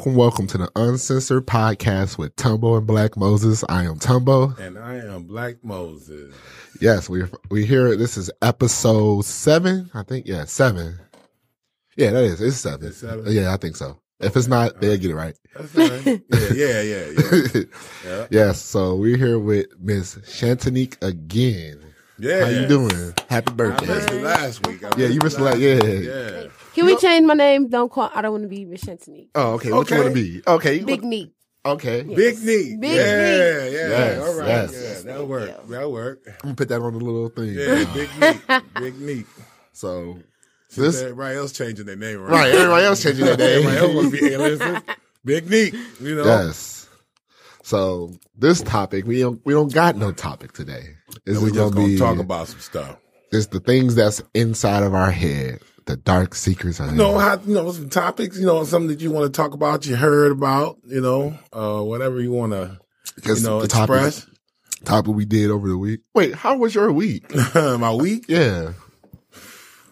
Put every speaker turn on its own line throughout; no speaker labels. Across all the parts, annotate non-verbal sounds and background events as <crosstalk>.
welcome, welcome to the Uncensored Podcast with Tumbo and Black Moses. I am Tumbo.
And I am Black Moses.
Yes, we we here. This is episode seven, I think. Yeah, seven. Yeah, that is. It's seven.
It's seven?
Yeah, I think so. If it's not, they'll get it right.
That's all right. yeah, yeah, yeah, yeah. Yeah.
<laughs> yes, so we're here with Miss Chantanique again.
yeah.
How you doing? Happy
I missed
birthday.
it last week. I
Yeah, you missed last- yeah, yeah, yeah.
Yeah.
Can we change my name? Don't call. I don't want to be Miss Shantini.
Oh, okay. What you
Okay.
want to be? Okay. you
Big
want-
knee.
Okay.
Big knee.
Big
yeah,
knee.
yeah.
Yes,
all right.
yes.
Yeah, that'll work.
<laughs>
That'll work.
I'm going to put that on the little thing.
Yeah, big knee. Big knee.
So,
Since
This-
everybody else changing their name around.
right. Everybody else changing their
<laughs> Everybody else
name.
want to be A-listers. Big knee. You know?
yes. So, this topic, we don't, we don't got no topic today. This
And we
is
just
gonna
going
be-
to talk about some stuff.
It's the things that's inside of our head, the dark secrets. Of
No, how, you know, some topics, you know, something that you want to talk about, you heard about, you know, uh, whatever you want to, you
Because
know,
the topic-
express.
topic we did over the week. Wait, how was your week?
<laughs> my week
Yeah,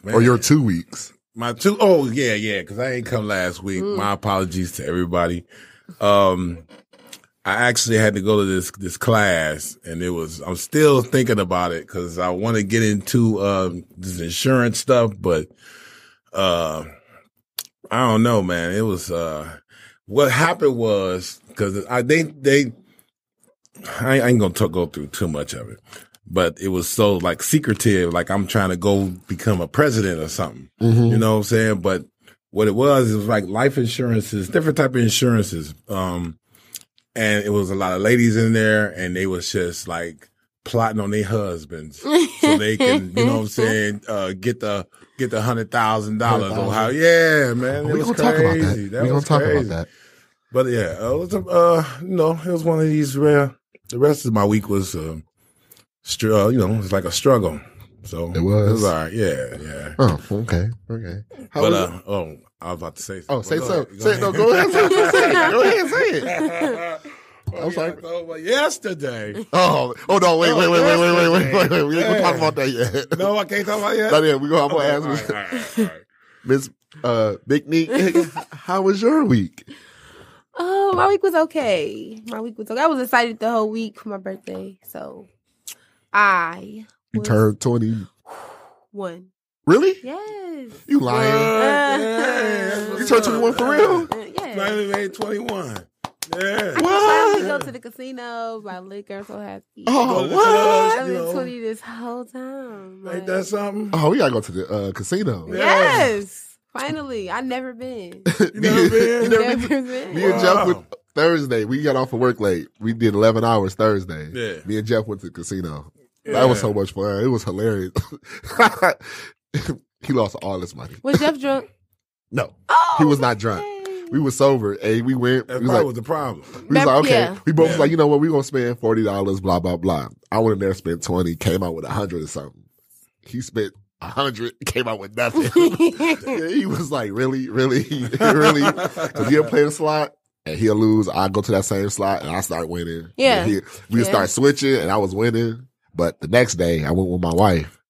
Man.
or your two weeks?
my two oh yeah yeah because I ain't come last week. My apologies to everybody. Um, I actually had to go to this this class, and it was I'm still thinking about it because I want to get into um, this insurance stuff, but uh, I don't know, man. It was uh, what happened was because I they they I, I ain't gonna t- go through too much of it, but it was so like secretive, like I'm trying to go become a president or something.
Mm-hmm.
You know what I'm saying? But what it was, it was like life insurances, different type of insurances. Um, and it was a lot of ladies in there and they was just like plotting on their husbands so they can, you know what
<laughs>
I'm
<laughs>
saying, uh, get the, get the hundred thousand dollars or how, yeah, man.
We're
it was
gonna talk about that.
crazy.
We're gonna
was
talk
crazy.
about that.
But yeah, uh, it was, uh, you know, it was one of these rare. The rest of my week was, uh, str- uh, you know, it's like a struggle. So
It was.
It was all right. Yeah, yeah.
Oh, okay, okay. How
but
was
uh, oh, I was about to say.
Oh, say
Go
so.
ahead, go
Say
ahead.
no. Go ahead. Say, it. say it. Go ahead. Say it.
<laughs> Oh,
I'm
yeah,
sorry.
I thought about yesterday.
Oh, oh no! Wait, wait, wait, wait, wait, wait, wait, wait, wait. We ain't gonna talk about that yet.
No, I can't talk about
<laughs> Not
yesterday.
yet. We gonna. I'm
Okay,
gonna
all
ask
right, all right, all right.
Miss uh, Big Neek.
<laughs>
How was your week?
Oh, my week was okay. My week was okay. I was excited the whole week for my birthday. So I
You
was
turned twenty.
one.
Really?
Yes.
You <laughs> lying?
Yeah,
You turned 21 for real?
Uh, yeah.
Finally made 21. Yeah.
What?
I go to the casino, buy liquor. I'm so happy.
Oh,
Go to the
what?
clubs,
I've
you
been
know.
twenty this whole time.
Ain't
Like,
<laughs>
that something?
Oh, we gotta go to the uh, casino.
Yeah.
yes. Finally, I never been.
You never
<laughs>
been?
You never been
Never
to-
been.
Me and
Wow.
Jeff went Thursday. We got off of work late. We did eleven hours Thursday.
Yeah.
Me and Jeff went to the casino. That was so much fun. It was hilarious. <laughs> he lost all his money.
Was Jeff drunk?
No,
Oh,
he was not drunk.
okay.
We were sober. Hey, we went.
That
We
probably
was like,
was the problem.
we was
That-
like okay.
yeah.
We both was
Yeah.
like, you know what? We gonna spend forty dollars. Blah blah blah. I went in there, spent twenty, came out with a hundred or something. He spent a hundred, came out with
<laughs>
nothing. <laughs> Yeah, he was like, really, really, <laughs> <laughs> really. Because
<laughs>
he'll play a slot and he'll lose. I go to that same slot and I start winning.
Yeah.
And he- we
Yeah.
start switching and I was winning. But the next day I went with my wife,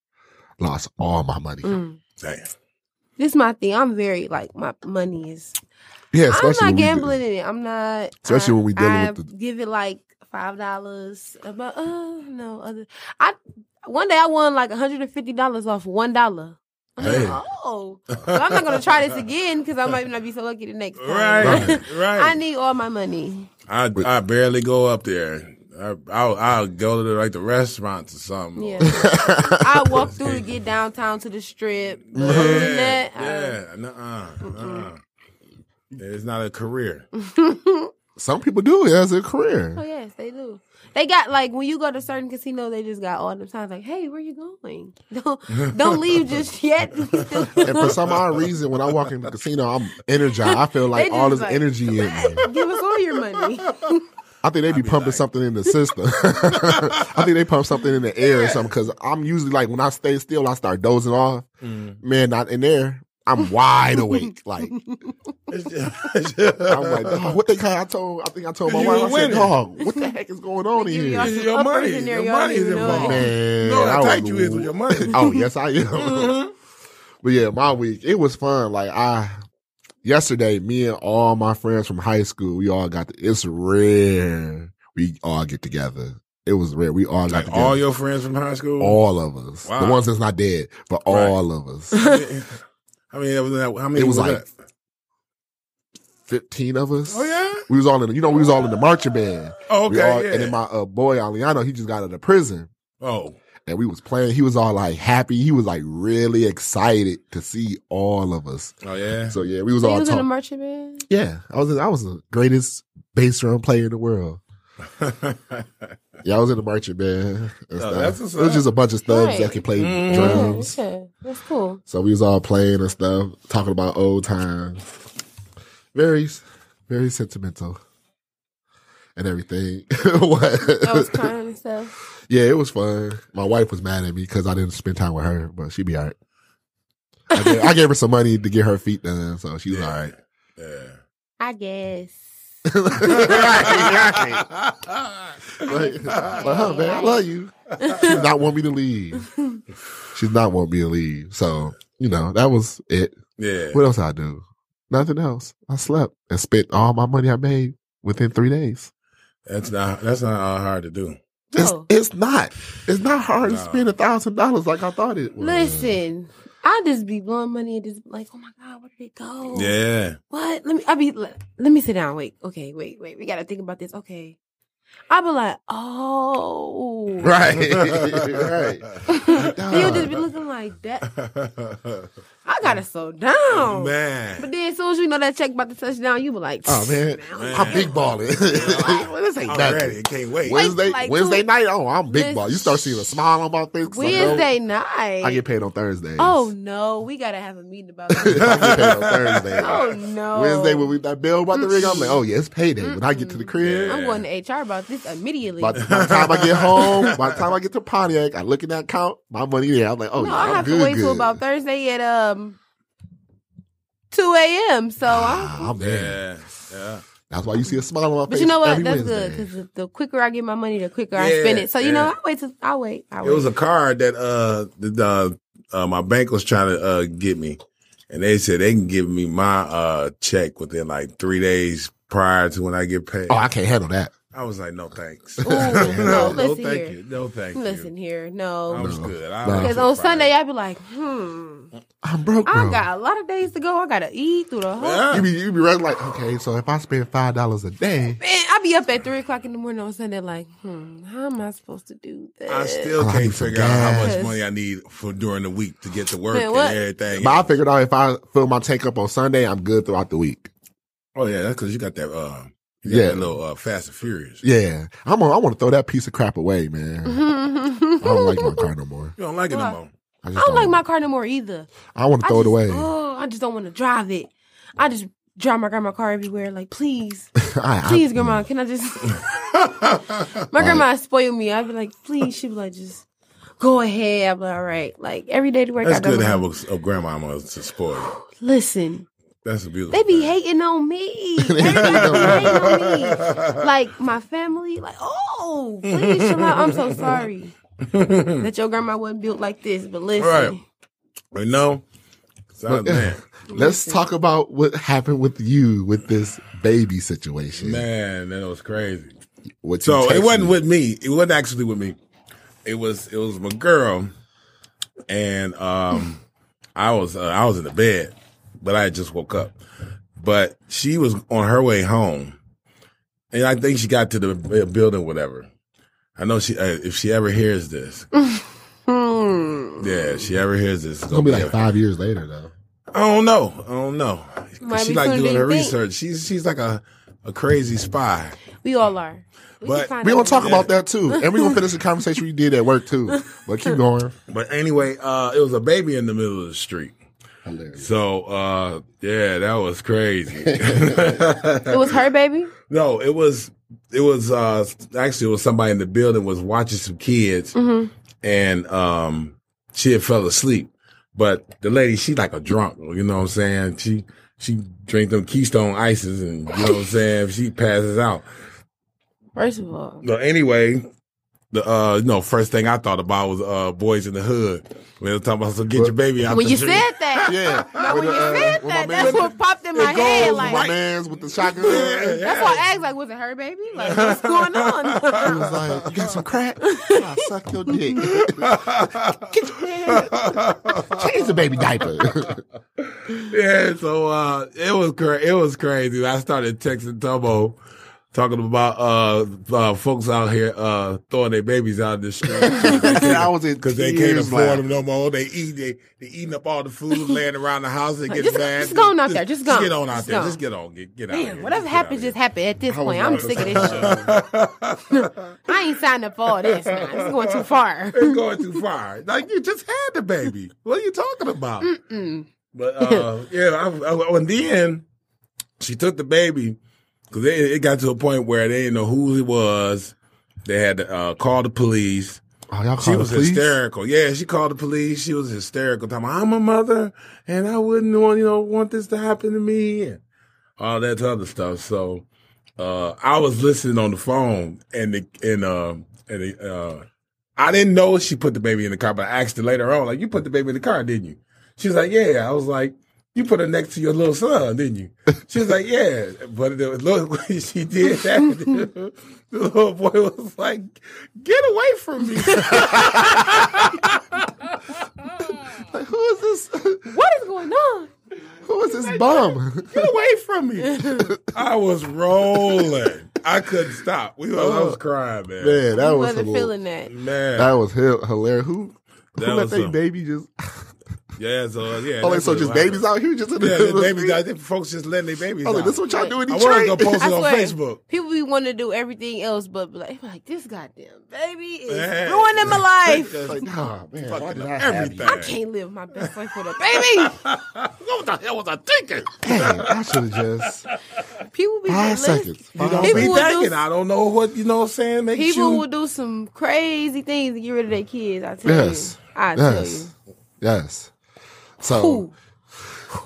lost all my money.
Mm.
Damn.
This is my thing. I'm very like my money is.
Yeah,
I'm
especially
not
when we did-
gambling in it. I'm not.
Especially
I-
when we dealing
I
with the-
give it like five dollars. About uh no other. I one day I won like 150 dollars off one dollar. I'm like,
Hey.
Oh, Well, I'm not gonna try
<laughs>
this again because I might not be so lucky the next time. <laughs>
Right, right.
I need all my money.
I I barely go up there. I I'll, I'll go to the, like the restaurants or
<laughs>
something.
Yeah.
Yeah,
I walk through to get downtown to the strip. But other than that, uh, I-
yeah. Nuh-uh. nuh-uh. It's not a
<laughs>
career.
<laughs> Some people do it as a career.
Oh yes, they do. They got like when you go to certain casino, they just got all the signs like, "Hey, where you going? <laughs> Don't don't leave just yet." <laughs> We still-
And for some odd reason, when I walk in the casino, I'm energized. I feel like
They
all
just
this
like-
energy in me.
<laughs> Give us all your money.
I think they be pumping something in the system. <laughs> I think they pump something in the air or something because I'm usually like when I stay still, I start dozing off. Man, not in there. I'm wide awake. Like
It's
<laughs>
I'm
just-
like, dog, what the hell? I told. I think I told my
You
wife. I
were
said,
winning.
dog, what the heck is going on in
Give
here?
y'all
It's
some
your
uppers
money.
in there,
Your
y'all
money
don't
is
even know
involved.
it.
Man,
no,
I
how
was-
tight you is
<laughs>
with your money. <laughs>
Mm-hmm.
Oh yes, I am. but yeah, my week it was fun. Like I, yesterday, me and all my friends from high school, we all got. The, it's rare we all get together. It was rare. We all got
Like
together.
all your friends from high school.
all of us.
Wow.
The ones that's not dead, but
Right.
all of us.
<laughs> I mean, I mean, it was that- how many?
It was
was
like-
that?
Fifteen of us.
Oh yeah.
We was all in. The, you know, we was all in the marching band.
Oh,
We
okay.
all-
yeah.
And then my uh, boy Aliano, he just got out of prison.
oh,
And we was playing. He was all like happy. He was like really excited to see all of us.
oh yeah. <laughs>
So yeah, we was
So you
all
was in a
talking. <laughs>
merchant band?
yeah, I was. in- I was the greatest bass drum player in the world. Yeah, I was in the marching band. and
Oh,
stuff.
that's what's
it was just a bunch of thugs
Right.
that could play
Mhm.
drums.
Yeah, yeah. Oh, That's cool.
So we was all playing and stuff, talking about old times. Very, very sentimental and everything. <laughs> What?
I
<laughs>
was crying and stuff.
yeah, it was fun. My wife was mad at me because I didn't spend time with her, but she be all right. I gave, I gave her some money to get her feet done, so she was all
<laughs>
right. <laughs>
Yeah.
I <laughs> guess.
<laughs>
<laughs> Like, like, huh, man, I love you.
<laughs>
She did not want me to leave. She did not want me to leave. So, you know, that was it.
Yeah.
What else I do? Nothing else. I slept and spent all my money I made within three days.
That's not that's not uh, hard to do.
It's,
No.
it's not. It's not hard
No.
to spend a thousand dollars like I thought it was.
Listen, I just be blowing money and just be like, oh my god, where did it go?
Yeah.
What? Let me. I be. Let, let me sit down. Wait. Okay. Wait. Wait. We gotta think about this. Okay. I be like, oh.
<laughs> Right. right.
<laughs> you just be looking like Oh. that.
<laughs>
I gotta slow down. But
Man.
then as soon as you know that check about to touch down, you be like,
Oh man.
Man.
I'm big balling. well, this ain't
I'm
nothing.
ready. Can't
<laughs>
wait.
Wednesday
like,
Wednesday
dude.
night, oh, I'm big ball. You start seeing a smile on my face. 'cause I know
Wednesday night.
I get paid on Thursdays.
oh no, we gotta have a meeting
<laughs>
about that.
I get paid on Thursday.
<laughs> oh no.
Wednesday when we that bill about the ring, I'm like, oh yeah, it's payday. When I get to the crib,
I'm going to HR about this immediately.
by, by the time I get home, by the time I get to Pontiac, I look in that account, my money there. I'm like, oh
no,
yeah,
I
I'm
have
good,
to wait
good.
till about Thursday at um two a.m. So I'm.
Ah, I'm in.
Yeah. Yeah.
That's why you see a smile on my
But
face.
you know what?
every
That's
Wednesday.
good because the, the quicker I get my money, the quicker I
Yeah,
spend it. So you know,
yeah.
I wait. Till, I wait. I
It
wait.
was a card that uh the uh, uh my bank was trying to uh get me, and they said they can give me my uh check within like three days prior to when I get paid.
Oh, I can't handle that.
I was like, no thanks.
Ooh, no,
<laughs> no
listen
thank
here.
you. No thank
Listen
you.
here,
I
no.
was good. I
No.
was
Because on
surprised.
Sunday I'd be like, hmm,
I'm broke, bro.
I got a lot of days to go. I gotta eat through the whole.
Yeah.
you be you be running like, okay, so if I spend five dollars a day,
Man, I be up at three o'clock in the morning on Sunday, like, hmm, how am I supposed to do that?
I
<laughs>
still
Oh, I
can't
need some
figure out how much
gas.
money I need for during the week to get to work
Man,
and
what?
everything.
but I figured out if I fill my tank up on Sunday, I'm good throughout the week.
oh yeah, that's because you got that. Uh, you got
Yeah.
that little uh, Fast and Furious.
Yeah, I'm. A, I want to throw that piece of crap away,
Mm-hmm.
man. I don't like my car no more.
You don't like it
Why?
no more.
<laughs>
I, just
I don't like my car no more either.
I want to
I
throw it
just-
away.
Oh, I just don't want to drive it. I just drive my grandma car everywhere. Like, please,
<laughs> I- I-
please, grandma, can I just? my grandma spoiled me. I'd be like, please. She'd be like, just go ahead. I'd be like, all right. Like every day to work.
That's
I
good
go,
to have a, a grandmama to support. you.
Listen,
That's a beautiful.
they be
thing.
hating on me. Everybody be hating on me. Like my family, like, oh, please, chill out. I'm so sorry that your grandma wasn't built like this. But listen,
Right. But no,
<laughs>
so, man,
Let's talk about what happened with you with this baby situation.
man, that was crazy.
What you
So it
text
wasn't
me.
with me. It wasn't actually with me. It was it was my girl, and um, I was uh, I was in the bed, but I had just woke up. But she was on her way home, and I think she got to the bu- building, whatever. I know she uh, if she ever hears this,
hmm,
yeah, if she ever hears this, it's
It's gonna be like
a-
five years later though.
I don't know. I don't know. 'Cause
Might
She
be
like
sooner
doing
than
her
you think.
research. She's she's like a a crazy spy.
we all are. We
But
can find
We
out.
gonna talk about that too, and we gonna finish
<laughs>
the conversation we did at work too. But keep going.
But anyway, uh, it was a baby in the middle of the street.
Hilarious.
So uh, yeah, that was crazy.
It was her baby.
no, it was it was uh, actually it was somebody in the building was watching some kids,
Mm-hmm.
and um, she had fell asleep. But the lady, she like a drunk, you know what I'm saying? She she drink them Keystone Ices, and you know what I'm saying? She passes out.
First of all,
But anyway, the uh, you know, first thing I thought about was uh, boys in the hood. When they were talking about, so get your baby out.
When
the
you
drink. <laughs>
said that, <laughs>
Yeah.
no, when
With the,
you
uh, with
said
my
that,
man-
that's what popped in my
It goes
head.
with
Like
my man's with the shotgun.
that's why I asked, like, was it her baby?
<laughs>
Like, what's going
I <laughs>
on?
was like, you got some
<laughs>
crack? I suck your dick. <laughs> Get your man. Change the baby diaper. <laughs>
Yeah, so uh, it was cra- it was crazy. I started texting Tumbo, talking about uh, uh, folks out here uh, throwing their babies out in the
<laughs>
street
I was in
because they can't
tears
afford
laughing.
them no more. They eat they they eating up all the food laying around the house. They get
Just-
mad.
just go on out there. Just go.
get on out
Just
there.
go.
Just get on. Get get out.
Damn,
here.
whatever
Just get
happens,
out
just happened at this point. I'm sick of this shit. <laughs> I ain't signed up for all this. Now. This is going too
<laughs>
far.
here. It's going too far. Like you just had the baby. What are you talking about? But uh, yeah, I, I, in the end, she took the baby because it, it got to a point where they didn't know who it was. They had to uh, call the police.
Oh, y'all
She
call
was
the police?
hysterical. Yeah, she called the police. She was hysterical. Talking, about, I'm a mother, and I wouldn't want you know want this to happen to me, and all that other stuff. So, uh, I was listening on the phone, and the, and uh, and the, uh, I didn't know she put the baby in the car, but I asked her later on, like, you put the baby in the car, didn't you? She was like, yeah. I was like, you put her next to your little son, didn't you? She was like, yeah. But the, look, <laughs> she did that. <laughs> the little boy was like, get away from me. <laughs>
Like, who is this? <laughs>
What is going on?
Who is this
<laughs>
bum?
Get away from me. <laughs> I was rolling. I couldn't stop. We was, I was crying, man. Man,
Oh. Man, that
I
was
wasn't
hilarious.
feeling that.
That was hi- hilarious. Who,
That
who let
was
they
some-
baby just?
yeah, so yeah.
Oh, like,
that's
so
what
just
it was.
babies out here just in the
Yeah,
middle
the
of the <laughs>
babies.
street?
I think folks just letting their babies
I was like,
out.
this what y'all do in
I wasn't gonna
Detroit?
post it
I
on
swear,
Facebook.
People be wanting to do everything else, but be like, like this goddamn baby is
Yeah.
ruining my life.
Just
<laughs> Like, nah, man, why
fucking
did I have
everything.
you?
I can't live my best life with a
<laughs>
baby.
What the hell was I thinking?
Dang, I should have
<laughs>
just
People be
five
relentless.
seconds.
You
Five
don't
seconds.
be
People
thinking.
do-
I don't know what you know. what I'm saying makes
People
you.
will do some crazy things to get rid of their kids. I tell
Yes.
you. I
Yes. Yes. So
tell you. Who?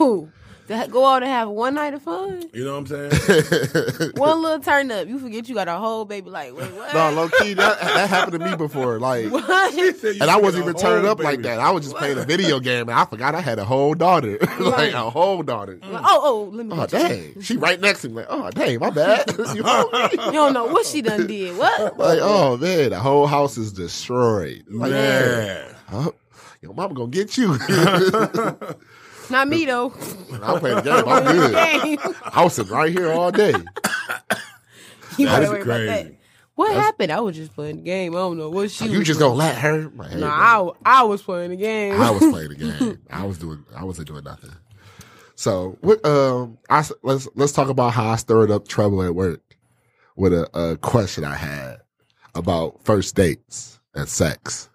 Who? To ha- go out and have one night
<laughs>
of fun,
You know what I'm saying?
one little turn up. You forget you got a whole baby. Like, wait, what? <laughs>
no, low key, that that happened to me before. Like, and I wasn't even turning up like that. I was just playing a video game, and I forgot I had a whole daughter, <laughs> like a whole daughter.
Like, oh, oh, let me.
Oh
let you-
dang, she right next to me. Like, oh dang, my bad. <laughs> You know?
<laughs> You don't know what she done did. What?
Like, oh man, the whole house is destroyed. Like, man,
Yeah.
huh? <laughs> your mama gonna get you. I'm
Not
<laughs>
me though.
playing the game. I'm good.
Dang.
I was sitting right here all day.
You
That
gotta
is
worry about that.
crazy.
What happened? I was just playing the game. I don't know what she.
You
was
just
doing.
gonna let her? Like, hey,
No,
man.
I, w- I was playing the game.
I was playing the game. I was doing. I wasn't doing nothing. So what? Um, I s- let's let's talk about how I stirred up trouble at work with a, a question I had about first dates and sex.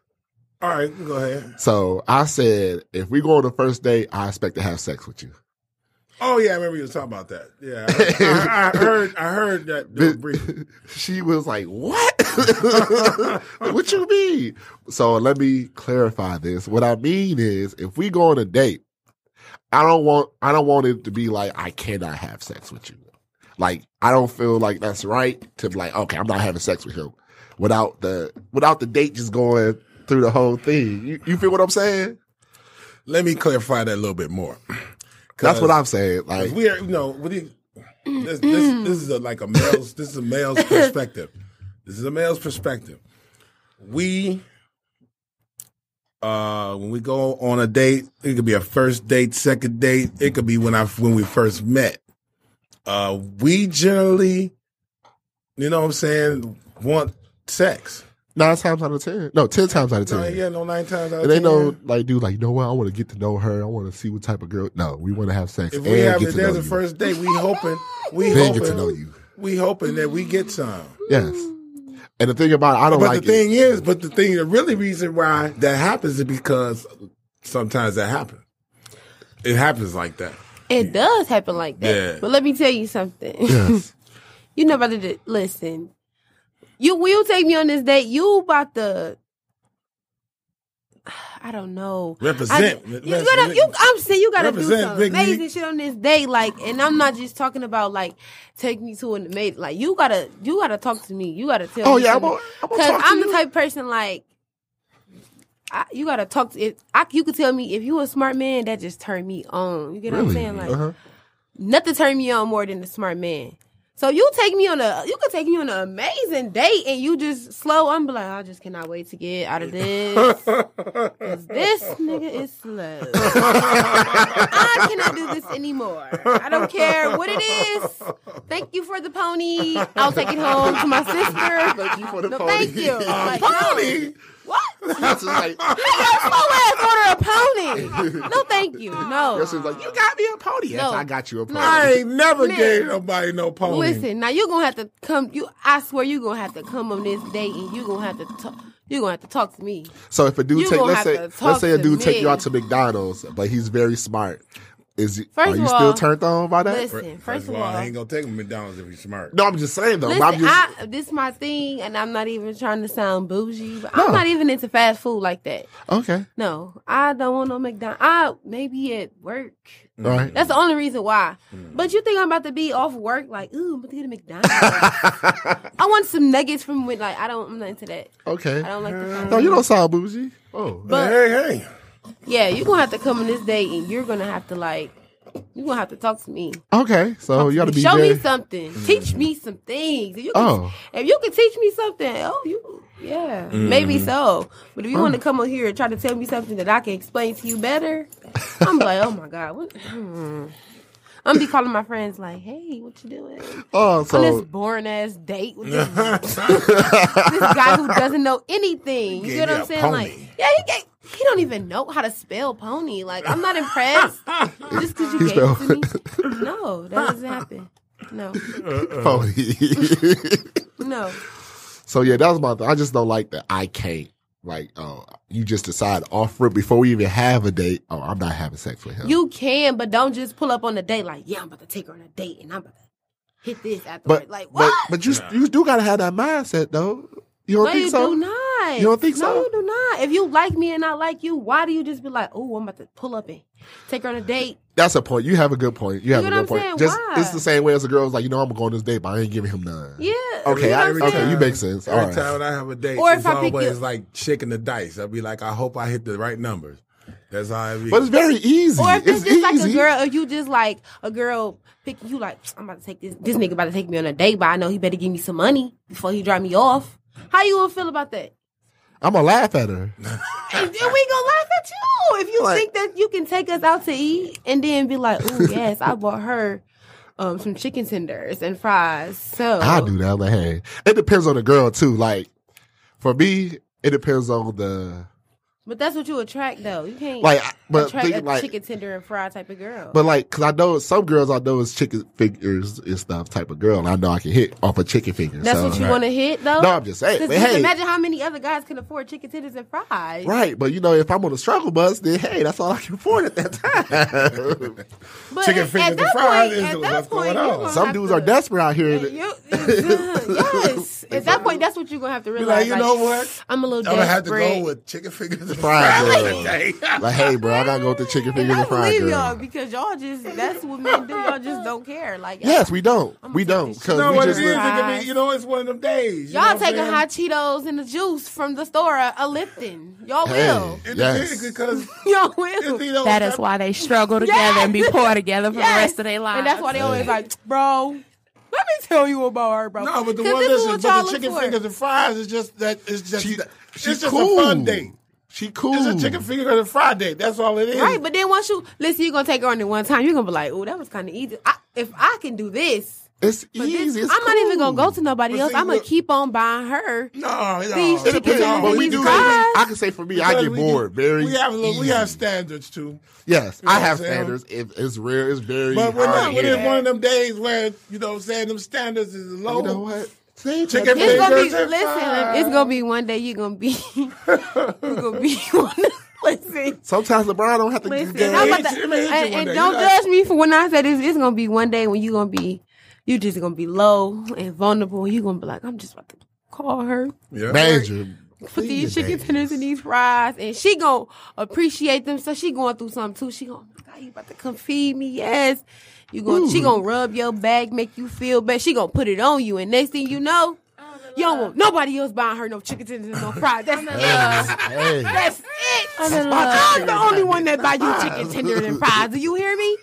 All right, go ahead.
So I said, if we go on a first date, I expect to have sex with you.
Oh yeah, I remember you was talking about that. Yeah, I,
<laughs>
I, I heard. I heard that though, briefly.
she was like, "What? <laughs> what you mean?" So let me clarify this. What I mean is, if we go on a date, I don't want I don't want it to be like I cannot have sex with you. Like I don't feel like that's right to be like, okay, I'm not having sex with him without the without the date just going through the whole thing. You, you feel what I'm saying?
Let me clarify that a little bit more.
That's what I'm saying. Like,
We are, you know, what do you- this, this, this is a, like a male's. This is a male's perspective. This is a male's perspective. We, uh, when we go on a date, it could be a first date, second date. It could be when I when we first met. Uh, we generally, you know, what I'm saying, want sex.
nine times out of ten, no, ten times out of ten.
No, yeah, no, nine times out of
And they
ten.
know, like, dude, like, you know what? I want to get to know her. I want to see what type of girl. No, we want to have sex.
If
and
we have,
get
if
to know
there's
you.
a first date, we hoping, we
Then
hoping,
get to know you.
we hoping that we get some.
Yes. And the thing about it, I don't
But
like
the thing
it.
is, but the thing, the really reason why that happens is because sometimes that happens. It happens like that.
<laughs> It does happen like that.
Yeah.
But let me tell you something.
Yes.
you know about to listen. You will take me on this date. You about to <sighs> I don't know.
Represent.
I, you
Let's-
gotta, you, I'm saying you gotta do
Represent,
some
Big D.
amazing shit on this day. Like, and I'm not just talking about like take me to an amazing. Like, you gotta, you gotta talk to me. You gotta tell.
Oh,
me
yeah, I'm
something.
gonna- I'm gonna
Cause
talk to
I'm the
you.
type of person like. I, you gotta talk to if I, you could tell me if you a smart man that just turned me on. You get what I'm saying? Like
Uh-huh.
nothing turned me on more than the smart man. So you take me on a you could take me on an amazing date and you just slow. I'm like I just cannot wait to get out of this. 'Cause this nigga is slow. I cannot do this anymore. I don't care what it is. Thank you for the pony. I'll take it home to my sister.
Thank you for the
No,
pony.
thank you. Like,
pony.
What?
<laughs> That's just like.
Your slow ass order a pony. No, thank you. No.
That's just like you got me a pony. Yes,
No.
I got you a pony.
I ain't never
Man.
gave nobody no pony.
Listen, now you're gonna have to come. You, I swear, you're gonna have to come on this date, and you're gonna have to talk. You're gonna have to talk to me.
So if a dude
You
take
gonna
let's
have
say
to
let's
talk
say a
to
dude take you
me.
out to McDonald's, but he's very smart. Is he-
First
are you
of
still
all,
turned on by that?
Listen, first, of all,
he ain't gonna take him to McDonald's if he's smart.
No, I'm just saying though.
listen.
I'm just
I, this my thing, and I'm not even trying to sound bougie, but
No.
I'm not even into fast food like that.
okay.
No, I don't want no McDonald's. I maybe at work.
All right.
That's the only reason why. But you think I'm about to be off work? Like, ooh, I'm about to get a McDonald's. I want some nuggets from with like I don't. I'm not into that.
Okay.
I don't like the. fast
No, you
food.
don't sound bougie. Oh,
But
hey, <laughs> hey.
Yeah, you're gonna have to come on this date and you're gonna have to like you're gonna have to talk to me.
okay. So Oh, you got to be
Show
very. Mm.
me something. Teach me some things. If you can,
Oh.
if you can teach me something, oh you yeah. Maybe
Mm.
so. But if you wanna come on here and try to tell me something that I can explain to you better,
<laughs>
I'm like, oh my God, what hmm. I'm be calling my friends like, hey, what you doing?
oh,
on this
so
boring ass date with
<laughs>
this, this guy who doesn't know anything. You
Gave
get
me
what
a
I'm saying?
pony.
Like, yeah, he gave, he don't even know how to spell pony. Like, I'm
<laughs>
not impressed just because you
He
gave it to me. No, that doesn't happen. No,
pony.
uh-uh. no.
<laughs> so yeah, that was my. Thing. I just don't like that. I can't. Like, oh, you just decide off rip before we even have a date. Oh, I'm not having sex with him.
You can, but don't just pull up on the date like, yeah, I'm about to take her on a date and I'm about to hit this afterward.
but
like,
but
what?
but you you do gotta have that mindset though. You don't
no,
think
you
so?
do not.
You don't think so?
No, you do not. If you like me and I like you, why do you just be like, oh, I'm about to pull up and take her on a date?
That's a point. You have a good point. You have
know
a
what
good
I'm
point.
saying?
Just
Why?
it's the same way as a girl's like, you know, I'm gonna go on this date, but I ain't giving him none.
Yeah.
Okay,
you know
I-
what I'm
okay,
saying?
you make sense. All
Every
right.
time I have a date,
Or if
it's
I pick
always
you-
like shaking the dice. I'll be like, I hope I hit the right numbers. That's how I be.
But it's very easy.
Or if it's,
it's
just like a
easy.
girl, or you just like a girl picking you like, I'm about to take this this nigga about to take me on a date, but I know he better give me some money before he drive me off. How you gonna feel about that?
I'm gonna laugh at her.
And then we gonna laugh at you if you think that you can take us out to eat and then be like,
<laughs>
"Ooh, yes, I bought her um, some chicken tenders and fries." So
I do that. I'm like, hey, it depends on the girl too. Like for me, it depends on the
but that's what you attract though. You can't
like. I- But
attract a
think, like,
chicken tender and fry type of girl.
but like, cause I know some girls I know is chicken fingers and stuff type of girl, and I know I can hit off a chicken finger.
that's
so-
what you want to hit though.
No, I'm just saying.
'Cause
But
just
hey,
imagine how many other guys can afford chicken tenders and fries.
right? But you know, if I'm on a struggle bus, then hey, that's all I can afford at that time.
But
Chicken
at-
fingers
at
and
that
fries
point-
is
at
what's
that
going
point,
on.
you're gonna
some
have
dudes
to-
are desperate out here. <laughs>
You- you- yes. At that point, that's what you're gonna have to
be like,
realize.
you know what?
I'm a little
I'm
desperate.
gonna have to go with chicken fingers and
Fried
fries.
girl.
<laughs> today.
Like, hey, bro, I gotta go with the chicken
And
fingers
I
and fried
believe
girl.
y'all because y'all just that's what men do. Y'all just don't care. Like
Yes, we don't. we don't
You
because
You know
we
what it
just
is? It
live.
could be, you know, it's one of them days. You
y'all
know
taking
what I'm
hot Cheetos and the juice from the store, a a Lipton. Y'all
Hey.
will. <laughs>
saying?
Yes.
It because
Y'all
it be
will.
those
That is why they struggle together and be poor together for
Yes.
the rest of their lives.
And that's why they always like, bro. Let me tell you about her, bro.
No, but the
'Cause
one
this is
listen,
what
but
y'all
the
look
chicken
for.
fingers and fries is just that. It's just
She-
it's
she's
just
cool.
a fun date.
She cool.
It's a chicken finger and a fried date. That's all it is.
Right, but then once you listen, you're gonna take her on it one time. You're gonna be like, "Oh, that was kind of easy. I, if I can do this,
It's
but this-
easy. It's
I'm not even gonna
cool.
go to nobody
But
else.
see,
I'm gonna
look-
keep on buying her."
no, no.
These
It
It
chicken
depends
depends.
fingers
on
But
and
we
these
do.
fries.
I can say for me, I
Because
get
we
bored very.
We have a little, we have
easy.
standards too.
Yes,
know
I
what
have
I'm saying?
standards. If it's rare, it's very.
But we're
hard
not.
to
We're
hit.
in one of them days where you know, what I'm saying them standards is low.
You know what? Say
Chicken
Oh. It's gonna be
fingers
listen.
and fries.
It's gonna be one day you're gonna be. <laughs> you're gonna be one. Listen.
Sometimes LeBron don't have to.
Listen,
get
I'm
hit
about to,
you, it
and,
may hit you one
and
day.
don't
You know-
judge me for when I say this. It's gonna be one day when you gonna be, you just gonna be low and vulnerable. You gonna be like, I'm just about to call her.
Yeah.
major.
put these chicken tenders and these fries, and she gonna appreciate them. So she going through something too. She gonna, oh my God, you about to come feed me? Yes, you going. to She gonna rub your back, make you feel bad. She gonna put it on you, and next thing you know, you don't want nobody else buying her no chicken tenders and no fries. That's it.
<laughs> Hey,
That's it.
I'm in love.
I'm the only one that buy you chicken tenders and fries. Do you hear me?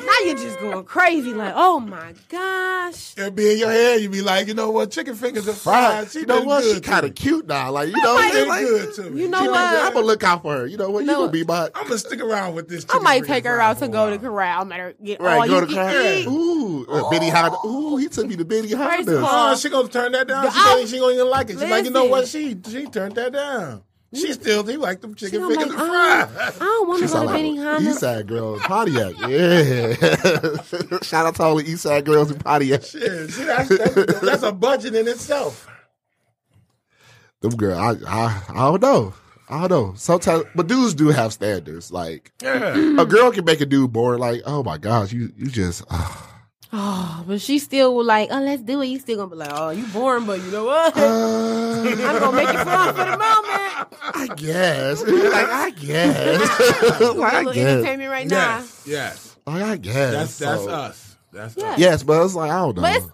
Now you're just going crazy, like, oh my gosh.
It'll be in your head. You be like, you know what? Chicken fingers and
right.
fries.
You know what? She kind
kind
of cute now. Like you know,
might-
what
Like, good to me.
You know
She
what?
I'm gonna look out for her. You know what? You
No. Oh,
gonna be my
I'm gonna stick around with this.
I
chicken
might
finger
take her
fry
out
for
to
a
go to
while.
Corral. Let her get
right.
all
go
you
to
can
Crown.
eat. Oh.
Ooh, uh, Benny Honda. Ooh, he took me to Benny
First of
Honda.
all-
Oh, she gonna turn that down. She,
I-
gonna, she gonna even like it. She like, you know what? She
Listen.
she turned that down. She still he like them
And
chicken
I'm like,
fingers
I
and
don't,
fries. <laughs>
I don't want to go to
like
Benihana.
Eastside girl in Pontiac. Yeah. <laughs> Shout out to all the Eastside girls in Pontiac.
Shit, see, that's, that's, that's a budget in itself.
Them girl, I, I, I don't know. I don't know. Sometimes, but dudes do have standards. Like
Yeah.
Mm.
a girl can make a dude bored. Like, oh my gosh, you, you just.
<laughs>
ah.
Oh, but she still was like, oh, let's do it. You still gonna be like, oh, you boring, but you know what?
Uh,
<laughs> I'm gonna make it fun for
<laughs>
the moment.
I guess. like I
<laughs>
guess. like
Like,
I
little
guess.
entertainment right now.
Yes, yes.
Like I guess.
That's that's uh,
So-
us. That's
Yeah.
us.
Yes, but it's like I don't know.
But it's-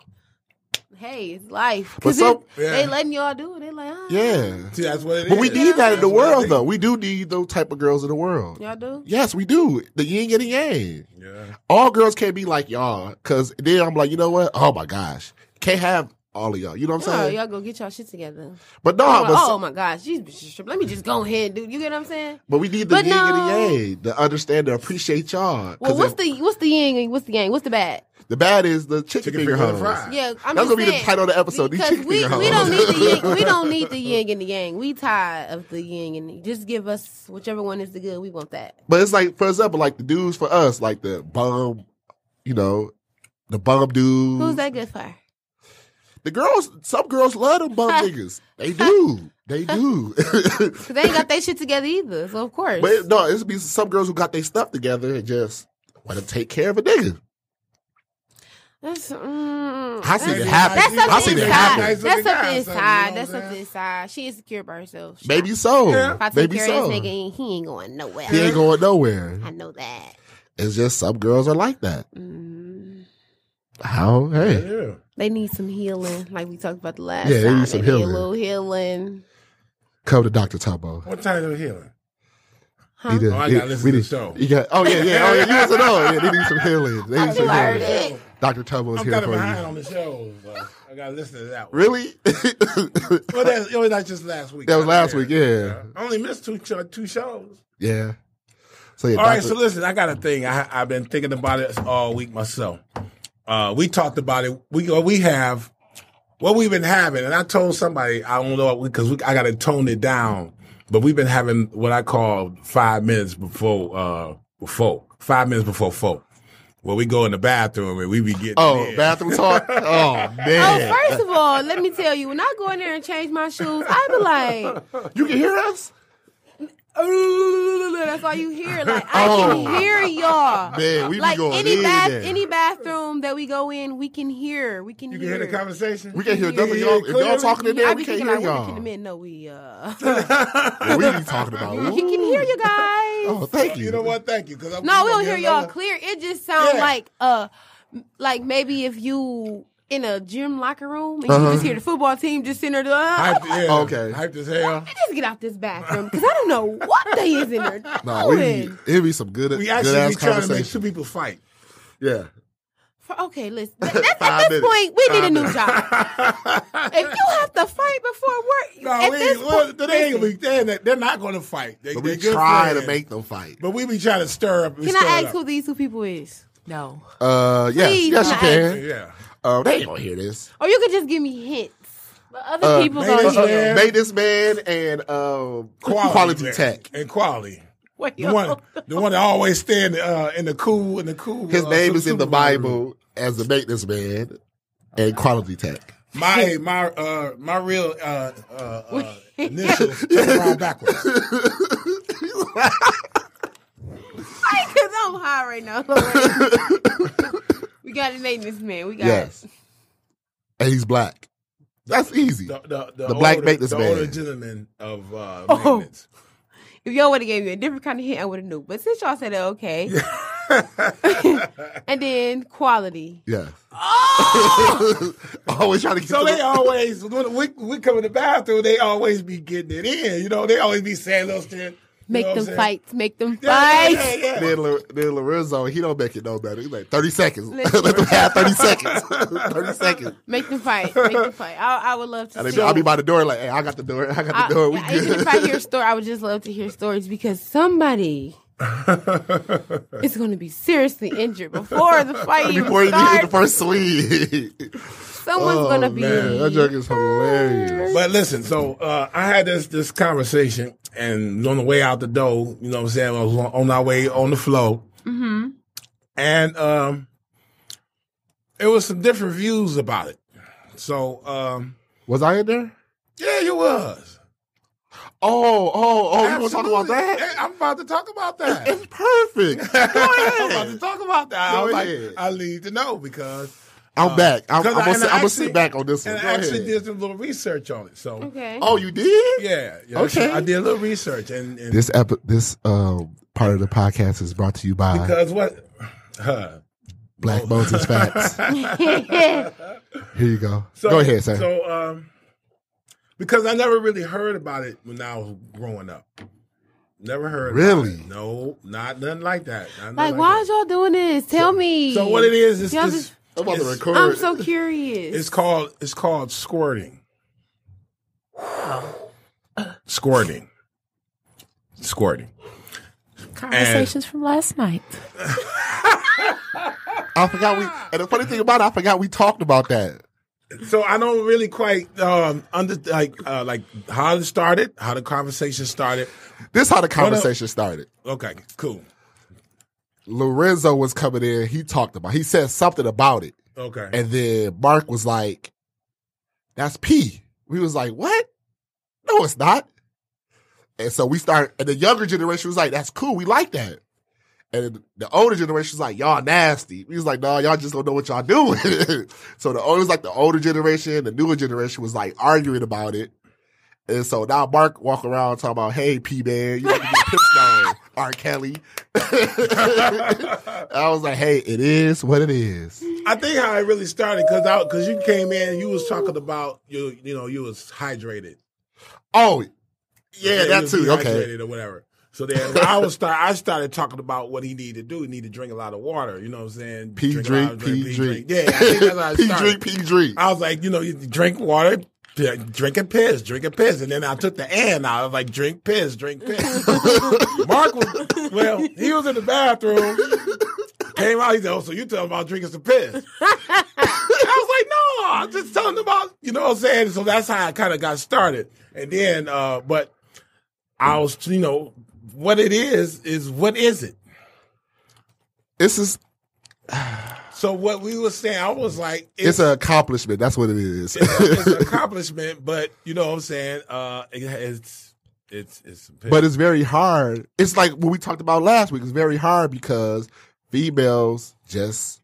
Hey, it's life.
But
Cause
some-
it-
Yeah.
they letting y'all do it. They like, ah,
yeah.
See, that's what it is.
But we need that in the
That's what it
world,
is.
though. We do need those type of girls in the world.
y'all do.
Yes, we do. The yin and the yang.
Yeah.
All girls can't be like y'all, because then I'm like, you know what? Oh my gosh, can't have all of y'all. You know what I'm
Oh,
saying?
y'all go get y'all shit together.
But no,
I'm like,
but,
oh my gosh, she's let me just go ahead, dude. You get what I'm saying?
but we need the
But
yin
no.
and the yang to understand and appreciate y'all. 'Cause
Well, what's
if-
the what's the yin? and What's the yang? What's the bad?
the bad is the chicken,
Chicken
finger
finger and
hoes.
fries.
Yeah, I'm
That's
just
gonna be the
saying,
title of the episode, these
Because
chicken
we,
finger
we don't need
hoes.
the yin, we don't
<laughs>
need the yin and the yang. We tired of the yin and the, just give us whichever one is the good. We want that.
But it's like, for example, like the dudes for us, like the bum, you know, the bum dude.
Who's that good for?
The girls, some girls love them
<laughs>
bum niggas. They do. They do. <laughs>
Because they ain't got their shit together either. So of course,
But no, it's be some girls who got their stuff together and just want to take care of a nigga.
that's mm,
I see
that's-
it happen.
That's
I
something
see
inside.
it happen.
Nice
That's
looking
something
guy, so, you
inside.
know
That's
what I'm
something
saying?
inside. She insecure by herself. She-
Maybe so.
Yeah.
If I take
Maybe
care
so.
of this nigga, he ain't going nowhere.
He ain't going nowhere.
I know that.
It's just some girls are like that.
Mm.
How? Hey.
Yeah.
They need some healing, like we talked about the last
Yeah, they
time.
need some
they
healing.
need a little healing.
Come to Dr. Tumbo.
What time is it healing?
Huh?
did-
Oh, I
he-
gotta listen
we
to
did-
the show.
You got, oh, yeah, yeah. Oh, yeah. You wasn't on. Yeah, they need some healing. They need
You
some
heard
healing.
it.
Dr. Tumbo's
I'm
here
kind
for
of
you.
behind on the show. But I gotta listen to that one.
Really?
Well, oh, that's, it was not just last week.
That was last week, yeah.
I only missed two ch- two shows.
<laughs> yeah. So, yeah,
All right,
Dr.
so listen, I got a thing. I, I've been thinking about it all week myself. Uh, we talked about it. We or we have what we've been having, and I told somebody I don't know because we, I got to tone it down. But we've been having what I call five minutes before uh before five minutes before four, where we go in the bathroom and we be getting
oh,
it.
bathroom
<laughs>
talk. Oh, man.
Oh, first of all, let me tell you, when I go in there and change my shoes, I be like,
you can hear us?
that's all you hear. Like I
Oh.
can hear y'all.
Man, we be
like
going
any
in
bath,
there.
any bathroom that we go in, we can hear. We can
You can
hear.
hear the conversation.
We can't hear
You can
nothing.
hear
Y'all,
it
if y'all
clearly.
talking in there,
I
we
be
can't
thinking
hear
like, what the
y'all.
kid men know we. Uh, <laughs>
What we be
<laughs>
talking about?
you can hear you guys.
Oh, thank you.
You know what? Thank you. Cause I'm
No, we don't hear y'all
another-
clear. It just sounds
Yeah.
like uh, m- like maybe if you in a gym locker room and you
Uh-huh.
just hear the football team just sitting there. doing, Uh,
Hyped, yeah,
Oh, Okay.
Hyped as hell.
I just get out this bathroom because I don't know what they is in there doing.
Nah, we be, it'd be some good,
We
good
actually
ass
be trying to make two
conversation.
people fight.
yeah.
For-
<laughs>
okay, listen. Th- that's-
Five
at this
minutes.
point, we need a new job.
<laughs>
if you have to fight before work,
No,
at
we,
this
ain't- well,
point,
they ain't,
listen,
we, they're, not, they're not going to fight. They,
But
they're
we
good
try to
friends.
make them fight.
But we be trying to stir up. and
can
stir
I
it
ask
up.
who these two people is?
No.
Uh, yes,
Please,
yes, you
guys.
can.
Yeah.
Uh, they ain't gonna hear this. Uh,
Or you could just give me hints. But other people
Uh, maybe
gonna
it's
hear.
Yeah.
Made this man and um, quality,
man.
tech.
and quality.
<laughs> <laughs> Wait,
The one, the one that always stay in the, uh, in the cool, in the cool.
His
uh,
name
Super-
is in the
Super Bowl room.
Bible as the maintenance man and quality tech.
<laughs>
My my uh my real uh uh, uh
<laughs>
initials turn around backwards.
Because I'm high right now. Lord.
<laughs>
we got to name this man. We got
Yes, and he's black. That's easy.
The, the,
The black
older,
maintenance
the
man.
older gentleman of uh,
Oh.
maintenance.
If y'all would have gave me a different kind of hint, I would have knew. But since y'all said
<laughs>
it, okay. <laughs> and then quality.
Yeah. <laughs> Always trying to get
So
to
they always when we, we come in the bathroom, they always be getting it in. You know, they always be saying little shit. you
Make
know what I'm
them
saying?
fight. Make them
Yeah,
fight.
yeah, yeah, yeah.
Then, Lo- then Lorenzo, he don't make it no better. He's like thirty seconds. <laughs> Let them have thirty seconds. thirty seconds.
Make them fight. Make them fight. I, I would love to
And they
see.
be, I'll be by the door like, hey, I got the door. I got
I-
the door. We
yeah, even
good.
if I
<laughs>
hear
<laughs>
a story, I would just love to hear stories because somebody is going to be seriously injured before the fight even
Before you get the
starts.
first swing.
Someone's going to be.
Oh, man.
that joke is hilarious.
But listen, so uh, I had this this conversation, and on the way out the door, you know what I'm saying, I was on, on our way on the flow,
Mm-hmm.
and um, it was some different views about it. So um,
Was I in there?
yeah, you was.
Oh, oh, oh! You want to talk about
Absolutely.
that?
Yeah, I'm about to talk about
<laughs>
that.
It's
<laughs>
perfect.
I'm about to talk about that. I
Go
was like,
ahead.
I need to know because
I'm back. I'm, I'm,
Because Uh, I-
gonna,
and
sit,
I
I'm gonna
actually-
sit back on this one.
and
Go
I actually
ahead.
did some little research on it. So <laughs>
Okay. <laughs>
Oh, you did?
yeah, yeah,
Okay.
I did a little research and, and
This epi- this um, part of the podcast is brought to you by
because what. Huh.
Black Bones is Facts. Here you go.
<laughs> So,
go ahead, sir.
So, um, because I never really heard about it when I was growing up. Never heard. about
Really?
it. No, not nothing like that. Not nothing
like, why
that.
is y'all doing this? Tell me.
So what it is is
Y'all
this.
just-
I'm about to
it's-
record.
I'm so curious.
It's called it's called squirting. Squirting. Squirting.
Conversations from last night.
I forgot we. And the funny thing about it, I forgot we talked about that.
So I don't really quite um under like uh like how it started, how the conversation started.
This how the conversation started.
Okay, cool.
Lorenzo was coming in. He talked about. He said something about it,
Okay. <laughs>
and then Mark was like, "That's P." We was like, "What? No, it's not." And so we start. And the younger generation was like, "That's cool. We like that." And then the older generation was like, "Y'all nasty." We was like, "No, y'all just don't know what y'all doing." <laughs> so the older was like the older generation, the newer generation was like arguing about it. And so now Mark walk around talking about, "Hey, P man, you need to get pissed on R. Kelly." <laughs> I was like, "Hey, it is what it is."
I think how it really started because out because you came in, you was talking about you you know you was hydrated.
Oh, yeah,
you
that
was
too. Okay,
dehydrated or whatever. So then I was start I started talking about what he needed to do. He needed to drink a lot of water. You know what I'm saying?
P
a lot
drink,
of
P drink,
Yeah, I think that's
<laughs>
how it
P
started.
drink, P drink.
I was like, you know, you drink water, p- drink and piss, drink and piss. And then I took the and out. I was like, drink piss, drink piss. <laughs> Mark was, well, he was in the bathroom, came out. He said, oh, so you tell him about drinking some piss. I was like, no, I'm just telling him about, you know what I'm saying? So that's how I kind of got started. And then, uh, but I was, you know, what it is, is what is it?
This is
So what we were saying, I was like,
it's an accomplishment. That's what it is.
it's <laughs> an accomplishment, but you know what I'm saying? Uh, it- it's it's it's some
<laughs> but it's very hard. It's like what we talked about last week. It's very hard because females just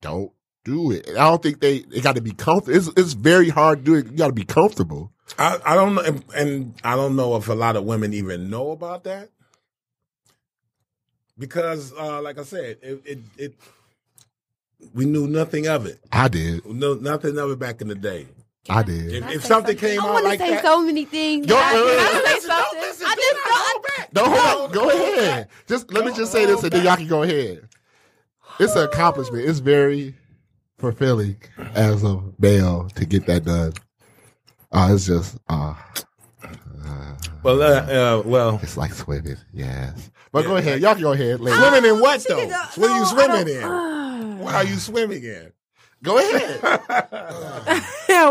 don't do it. And I don't think they it got to be comfortable. It's it's very hard to do it. You got to be comfortable.
I, I don't know, and, and I don't know if a lot of women even know about that because, uh, like I said, it, it it we knew nothing of it,
I did.
no nothing of it back in the day.
I did.
If, if something came
I
out
want to
like <laughs>
say
that, uh,
so many things.
Yo,
I,
wait, wait, wait.
I say
Listen, don't
something.
listen,
I
do
just
not
thought-
hold back.
No, hold on.
Don't
Go
hold
ahead.
back.
Just let me
Don't
just say this,
hold
and then
back.
y'all can go ahead. It's an accomplishment. It's very fulfilling as a male to get that done. Uh, it's just uh,
Well, uh, uh, well,
it's like swimming. Yes, but go ahead. Y'all can go ahead. Later.
swimming in what
she
though?
did not-
what are you
no, <laughs> I
swimming
don't-
in?
<laughs>
what are you swimming in?
Go ahead.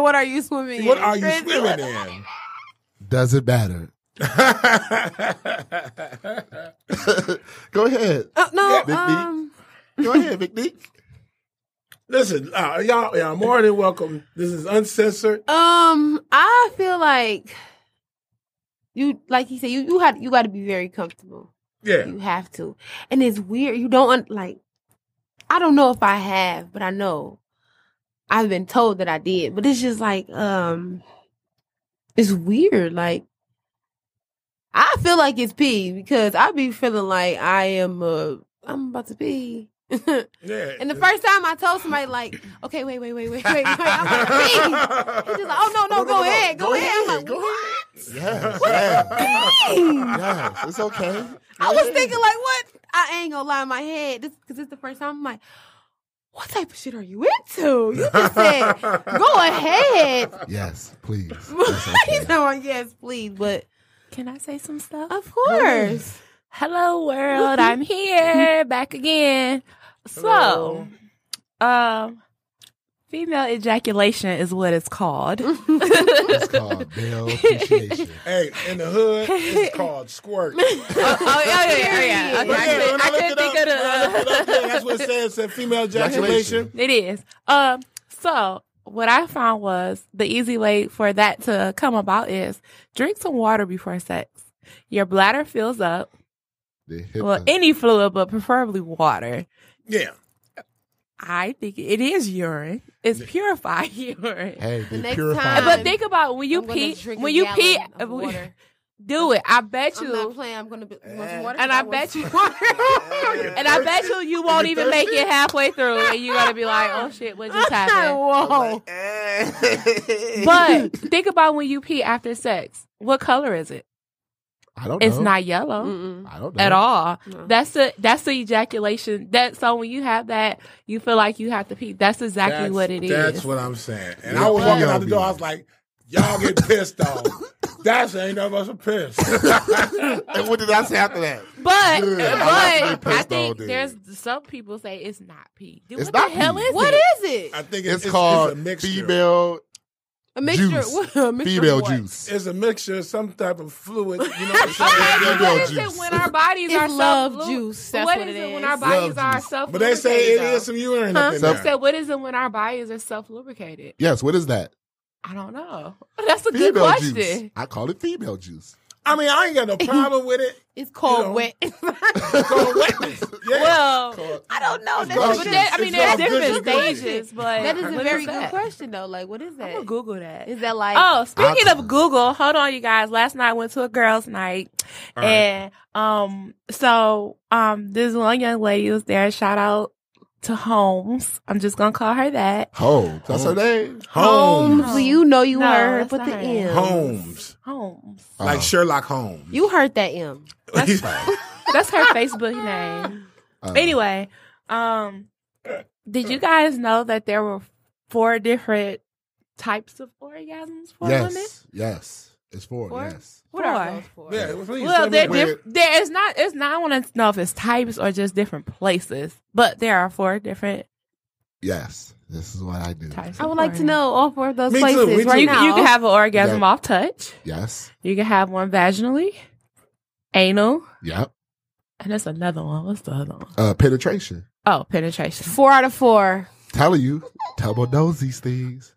what are you swimming
<laughs>
in?
What are you
Frenzy?
swimming in?
Doesn't matter. <laughs> Go ahead.
Uh, no,
Big D.
um,
Go ahead, McNeek.
<laughs> Listen, uh, y'all, y'all more than welcome. This is uncensored.
um, I feel like you, like he said, you you had you got to be very comfortable.
Yeah,
You have to, and it's weird. You don't un- like. I don't know if I have, but I know. I've been told that I did, but it's just like um, it's weird. Like I feel like it's pee because I be feeling like I am uh I'm about to pee.
Yeah.
And the first <laughs> time I told somebody, like, okay, wait, wait, wait, wait, wait, wait,
<laughs>
I'm <laughs> gonna pee. He's just like, oh no, no, go ahead, go, ahead. I'm like, what?
Yes, yes,
Dang.
yes. It's okay.
I was thinking, like, what? I ain't gonna lie in my head, this because it's the first time. I'm like, what type of shit are you into? You just said, <laughs> go ahead. <laughs>
Yes, please.
He's like, yes, please, but
Can I say some stuff?
of <laughs> course.
Hello world, I'm here back again. So, um, female ejaculation is what it's called.
Oh,
It's called male appreciation.
Hey, in the hood,
<laughs>
it's called squirt.
oh, oh, yeah, yeah, yeah.
But
Okay, I
yeah,
could-
when
I
looked
couldn't
it
think
up-
of
when I looked
the.
it up, yeah, That's what it says. Said female ejaculation.
It is. Um. So what I found was the easy way for that to come about is drink some water before sex. Your bladder fills up.
The hip-
Well, any fluid, but preferably water.
Yeah.
I think it is urine. It's purified <laughs> urine.
hey, they
next
purify.
time-
But think about when you
um, I'm gonna
pee.
drink a
When you pee,
gallon of water.
<laughs> do it. I bet
uh, I'm not
you.
playing. I'm gonna be you want some water.
Uh, And I
want
bet
<laughs> some
you- <laughs>
water.
And I bet you you won't even make it halfway through, and you're gonna be like, "Oh shit, what just
<laughs>
happened?"
Whoa.
But think about when you pee after sex. What color is it?
I don't know.
It's not yellow
Mm-mm.
I don't know.
at all.
No.
That's the that's the ejaculation. That so when you have that, you feel like you have to pee. That's exactly
That's-
what it is.
That's what I'm saying. And
Yeah,
I was walking out the
PLB.
door. I was like, y'all get pissed off. That's ain't none of us are <laughs> pissed.
And what did I say after that?
but
Good. I like to
but
be
I,
pissed all
think
day.
there's some people say it's not pee. Dude,
It's
what
not
the hell
pee.
is
What
it?
is it?
I think
It's,
it's,
called
it's a mixture.
female
A mixture.
juice.
What, <laughs> a mixture of
female
what?
juice.
It's a mixture of some type of fluid. You know what <laughs> I'm
Okay,
saying?
Yeah,
but what
yeah,
is
juice.
it when our bodies
It's
are
love
self-lu-
juice. That's what it
is it
is.
when our bodies
Love
are
juice.
self?
But they say it
though.
is some urine
Huh?
up in
So,
there.
what is it when our bodies are self lubricated?
Yes, what is that?
I don't know. <laughs> That's a good
Female
question.
juice. I call it female juice.
I mean, I ain't got no problem with <laughs> it.
It's called
You know.
<laughs> wet.
It's called wetness. Yeah.
Well,
I don't know. That's,
gone.
but
but
juice.
there,
that,
I mean,
It's all
there's different
good juice.
stages, but
that is a
what
very good
that?
question, though. Like, what is
I'm gonna
that?
Google that.
Is that like?
Oh, speaking
I-
of Google, hold on, you guys. Last night I went to a girls' night,
All right.
and um, so um, this one young lady was there. Shout out to Holmes. I'm just gonna call her that.
Home. That's her name.
Holmes.
So you know you
No,
heard her
that's
put the
not
M.
it.
Holmes.
Holmes.
Like
Uh-huh.
Sherlock Holmes. <laughs>
You heard that M.
That's That's her
<laughs>
Facebook name.
Uh,
Anyway, um, did you guys know that there were four different types of orgasms for
yes,
women?
yes, it's four.
Four?
Yes,
What are
Four.
those for?
Yeah, what's mean?
Well,
Seven
they're
minutes.
diff- there is not. It's not. I want to know if it's types or just different places. But there are four different
yes. This is what I do.
types.
I
of
would like to
orgasm.
know all four of those
Me too,
places
me too.
right
You,
now.
you can have an orgasm
Yeah.
off touch.
Yes.
You can have one vaginally, anal,
Yep.
and there's another one. What's the other one?
Uh, penetration.
Oh, penetration.
four out of four.
Telling you, Tumble knows these things.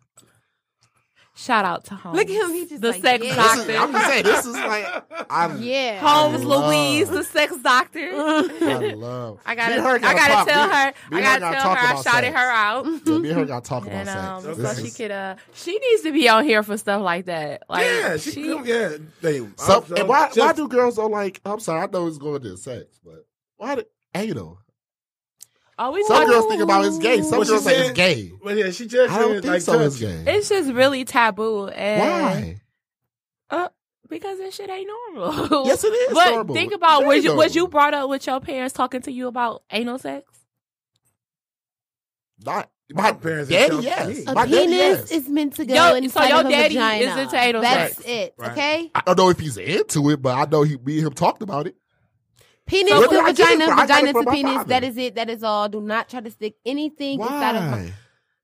Shout out to home.
Look at him. He just
The
like,
sex
yeah.
doctor.
I'm just saying, this is like I'm.
Yeah.
Holmes
I love-
Louise, the sex
<laughs>
doctor.
I love.
<laughs> I gotta,
Me and her gotta
I gotta
pop.
tell
Me-
her,
me
I
and
gotta
gotta
tell
talk
her, I
about
shouted
sex.
her out.
Yeah, me and her gotta talk about
And um,
sex.
so
This
she
is-
could, uh, she needs to be on here for stuff like that. Like,
yeah, she, yeah. They,
So,
I'm-
and why, why
I'm just-
do girls don't like? I'm sorry, I know it's going to sex, but why do, anal?
Are we
Some
talking-
girls think about it's gay. Some
What she
girls think
said-
it's gay.
Well, yeah, she just
I don't
said,
think
like,
so. It's
touch.
gay.
It's just really taboo. And
Why?
Because this shit ain't normal.
Yes, it is.
But
normal.
think about
Very
was you was
normal.
you brought up with your parents talking to you about anal sex?
Not
My
my parents.
parents didn't
Daddy,
tell me.
yes. Uh,
A
My daddy,
penis
yes.
is meant to go
Yo,
inside
so your
of a
daddy
vagina.
is into anal
That's
sex.
it.
Right.
Okay.
I don't know if he's into it, but I know he, me and him talked about it.
Penis
So where
to
did I get it
vagina,
from? I got
vagina
it from
to
my
penis.
father.
That is it. That is all. Do not try to stick anything inside of.
Why?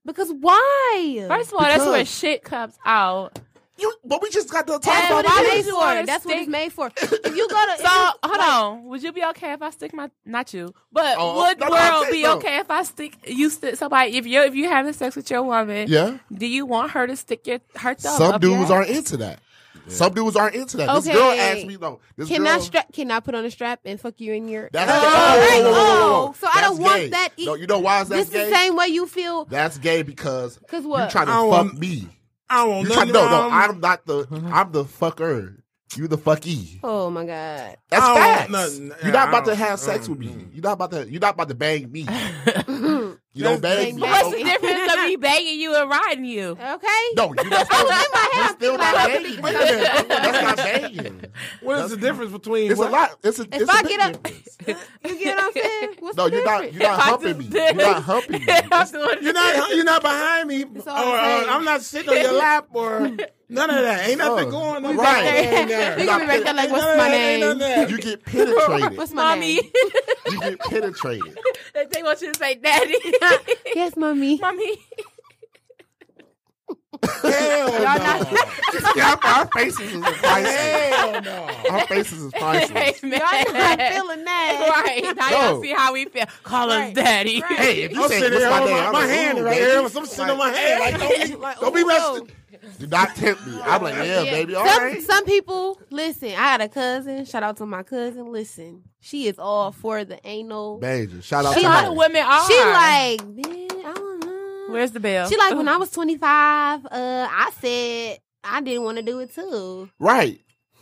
Because why?
First of all, that's where
Because-
shit comes out.
You, but we just got to talk
that's
about
what
why
it.
they
it's made
just
for.
wanna
That's what it's
stick-
made for. If you go to
So hold on, would you be okay if I stick my not you, but
Oh,
would
no, no, I'm
world
saying
be
no.
okay if I stick you stick somebody if you if you having sex with your woman?
Yeah.
Do you want her to stick your her thumb?
Some
up your
dudes
ass?
aren't into that. Some dudes aren't into that. This
Okay.
girl asked me though. This
Can
girl,
I strap? Can I put on a strap and fuck you in your?
That's
oh,
gay.
right.
Whoa, whoa, whoa, whoa, whoa.
oh, so I don't
That's
want
gay.
that. E-
No, you know why is that
this
gay?
is the same way you feel.
That's gay because
'Cause what?
you trying to
I
fuck
don't want-
me.
I don't
You
know.
trying no no. I'm not the. I'm the fucker. You the fucky.
Oh
<laughs>
my god. <laughs>
That's
I don't
facts.
want nothing.
You're not
I
about to
don't-
have sex with me. You're not about to. You're not about to bang me. you don't bang
Bang,
me.
bang.
What's the difference of me banging you and riding you?
Okay.
<laughs> No, you're not
I was in my
you're
house,
still
like,
not
I'm
banging.
thinking
Wait a
about
minute. That's not banging.
What is the difference between
It's a
what?
lot. It's a. it's a
I
big
get up-
difference.
You get what I'm
<laughs>
saying? What's
No,
the
you're not.
difference?
You're not
I
humping
just
me. You're
did.
not
<laughs>
humping me.
I'm doing
You're not you're not behind me, or,
all
or
I'm saying.
I'm not sitting on your lap, or
<laughs>
none of that. Ain't nothing
Oh,
going on.
right.
Ain't nothing
You
there.
gonna be right there like,
Ain't
what's
none of
my
that, ain't
name?
none of that.
You get penetrated.
What's my
mommy.
name?
you get penetrated.
<laughs> they want you to say daddy. <laughs>
<laughs> Yes, mommy. <laughs>
mommy.
<laughs> Hell no.
not-
Yeah, our faces is priceless.
Hell no.
Our faces is
<laughs>
priceless.
Amen.
Y'all not feeling
<laughs>
that. <laughs>
Right. Now
No.
y'all see how we feel. Call
Right.
us daddy.
Right.
Hey, if you
I'm
say
sitting
what's my
here on
name,
my,
I'm
my
like,
hand
ooh,
right
baby.
here. I'm sitting on my hand. Like, don't be, don't be
Oh,
ooh,
resting.
Do not tempt me. I'm like, yeah, baby, all
oh. some,
right.
some people listen. I had a cousin. Shout out to my cousin. Listen, she is all for the anal.
Major, shout out
A
to
lot
her.
of women are.
She like, man, I don't know.
Where's the oh. bell?
she like when I was twenty five. Uh, I said I didn't want to do it too.
Right.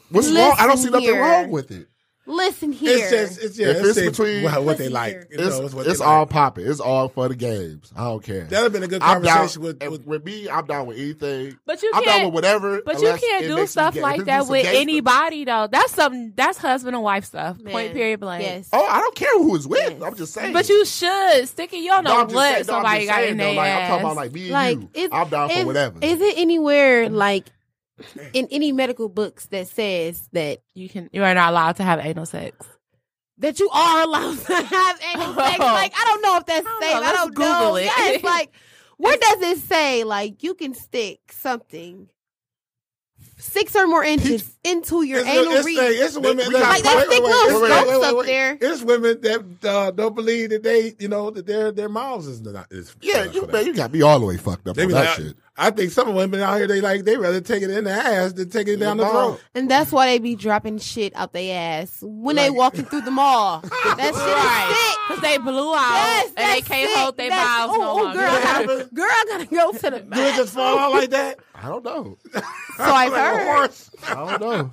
What's wrong? I don't see
Listen
nothing
here.
wrong with it.
Listen here,
It's just, it's yeah,
If it's
it's, it's
between-
between what, what they like. You know,
It's,
what
it's
they
all
Like.
popping. It's all for the games. I don't care.
That'd have been a good
I'm down
conversation with,
and
with
with me. I'm down with anything.
<laughs> But you
I'm down with
can't.
whatever.
But you
unless
can't
it
do
makes me
stuff
gay. If
like
it's
that
some
with
gay stuff-
anybody though. That's something. That's husband and wife stuff.
Man.
Point period blank.
Yes.
Oh, I don't care who it's with.
Mm.
Yes.
I'm just saying.
But you should stick it. You don't
No,
know
I'm just saying-
what
no, I'm
somebody
just
got
saying,
in
though,
their
like, I'm
ass.
talking about like me and
like
you.
is,
I'm down for
is-
whatever.
Is it
Mm.
anywhere like in any medical books that says that
you can. You are not allowed to have anal sex.
that you are allowed to have anal sex? Like I don't know if that's
I don't
safe. I
know. Oh. Let's
don't know.
Google it. <laughs>
Yes, like where does it say like you can stick something six or more inches into your
it's,
anal
it's,
region?
it's women
We
that
got-
like they
wait, wait,
stick little
wait, wait,
scopes up there.
It's women that uh, don't believe that they, you know, that their their mouths is not. Is
yeah,
not
you
for
man, you got me all the way fucked up
They
on
be
that
like,
shit.
I think some women out here they like they rather take it in the ass than take it down the throat.
And that's why they be dropping shit out their ass when they
Like-
walking through the mall. That shit is sick.
Because they blew out
Yes,
and they
that's
can't
sick.
hold their
That's-
mouths no
ooh, ooh,
<laughs>
longer.
girl, I
Yeah.
gotta, girl, I gotta go to the
Do it
bathroom.
just fall out like
<laughs>
that?
I don't know.
So
<laughs>
I've heard.
I don't know.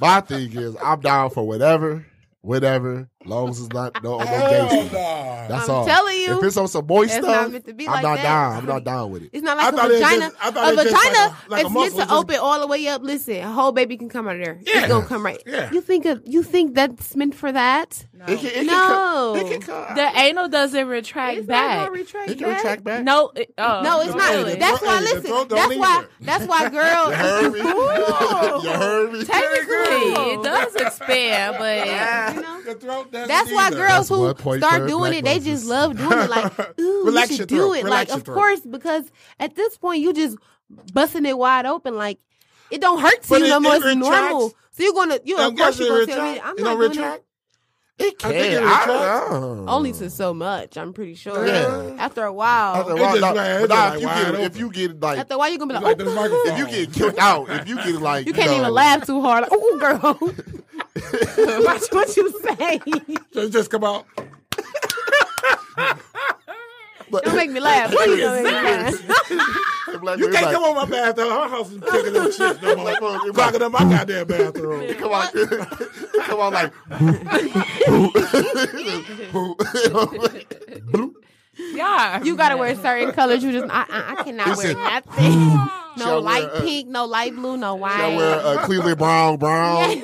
My thing is, I'm down for whatever, whatever, long as it's not no on no gay
Hell
stuff.
no.
That's
I'm
all.
telling you,
if it's on some boy
it's
stuff,
not meant to be
I'm
like
not
that.
down. I'm not down with it.
It's not
I
like
thought
a
it just-
vagina.
I thought
a
it just
vagina
like a- like a
is meant
muscle
to
just-
open all the way up. Listen, a whole baby can come out of there.
Yeah.
It's gonna come right.
Yeah.
You think of you think that's meant for that?
It can, it can,
No.
come- it can come.
The anal doesn't retract
It's not
back.
gonna retract
it can retract back.
no, it, oh,
No, it's not.
really.
That's why.
The
Listen,
throat don't
that's why.
either.
That's
<laughs>
why, girl.
You
<laughs>
heard me. <laughs> you heard me.
Technically,
it does expand, but
<laughs>
You know?
Ah, The throat doesn't
That's why
either.
That's
girls who
one point
start
third
doing
black
it, they
roses.
just love doing
<laughs>
it. Like, ooh,
Relax your
you should
throat.
do it.
Relax
like,
your
of
throat.
course, because at this point, you just busting it wide open. Like, it don't hurt to
But
you
it-
no more.
it
It's
retracts.
normal. So you're gonna, you
I'm
of course
guessing it
you're gonna tell me,
retract.
I'm
It
not
don't
doing
retract.
it.
It
I think it
can. I
retracts.
don't know.
Only to so much, I'm pretty sure.
Yeah.
After a while,
After a
It
while,
just
no,
like-
but
it's
nah,
just
if, you
like
get,
wide
if you get like,
after a while, you're gonna
Like
be like,
the
oh,
microphone.
if you
<laughs>
get kicked out, if you get like,
you can't
know,
even laugh too hard. Like, oh, girl,
<laughs>
<laughs> watch what you <laughs> say.
So it just come out.
but-
don't make me laugh. Please don't make me laugh.
if, like,
You
it's
can't
like-
come on my bathroom. My house is kicking them shit no more.
It
Clocking up my goddamn bathroom.
It come out, it <laughs> come out like, <laughs>
<laughs>
yeah,
You gotta wear certain colors. You just I, I, I cannot wear
said,
nothing.
Shall I
<laughs> No light
wear, uh,
pink, no light blue, no
I wear
white.
a Cleveland brown, brown.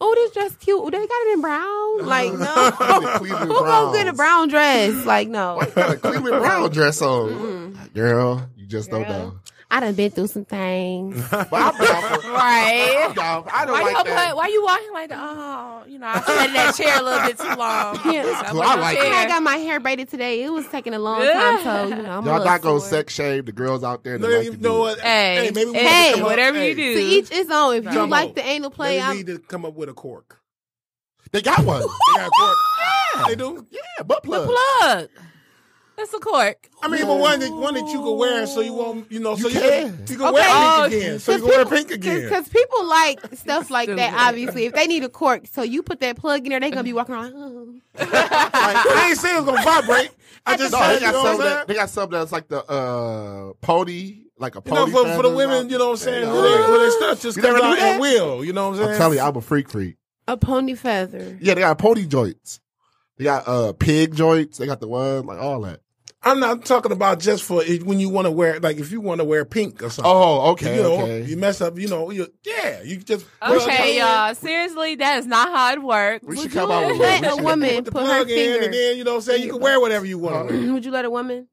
oh, this dress cute. Ooh, they got it in brown. Like no,
Cleveland
<laughs> who gonna get a
Browns.
brown dress? Like no,
Got a Cleveland brown dress on, girl. You just don't know.
I done been through some things.
But I'm down
<laughs>
for,
right.
I'm down. I don't
Why you
like
up-
that.
why you walking like that? Oh, you know, I sat in that chair a little bit too long.
Yeah.
I
Well, I like
When I
that.
got my hair braided today. It was taking a long
Yeah.
time, so you know I'm a
Y'all
little
not gonna
sore.
sex shame the girls out there. That
No,
like
you
to
know
do
what?
it.
Hey,
Hey, maybe we
hey,
need to come
whatever
up-
you
hey,
do.
To each his own. If you
Come
like
on.
the anal play,
Maybe we
I'm
need to come up with a cork.
They got one.
They got a cork. They do.
yeah, butt plug.
plug. It's a cork.
I mean, but one that one that you could wear, so you won't, you know, so you, can. you can
Okay.
wear
Oh,
pink again, so you
<laughs>
can wear pink again.
Because people like stuff like that,
Stupid.
obviously. If they need a cork, so you put that plug in there, they going to be walking around <gasps>
<laughs>
like, "Oh."
Like, I ain't saying it's gonna vibrate. I just
No,
said,
they got
you know what I'm
something.
saying?
That, they got something that's like the uh, pony, like a
You know,
pony.
for, for the
feathers
women,
out.
you know what I'm saying?
Yeah.
Who they, who they stuff just
You
comes
never
out
knew
and
that?
will. You know what I'm saying?
I'm telling you, I'm a freak freak.
a pony feather.
Yeah, they got pony joints. They got uh pig joints. They got the one like all that.
I'm not talking about just for it, when you want to wear, like if you want to wear pink or something.
Oh, okay,
you know,
okay.
you mess up. You know, you, yeah, you just
Okay, y'all. Seriously, that is not how it
<laughs>
works.
we
Would
should
you
come out with
let
we
a
should-
woman
Put the
put her
plug in, and
finger?
then you know, what I'm saying you
in
can
your
wear whatever you want. <laughs> to
<clears throat> Would you let a woman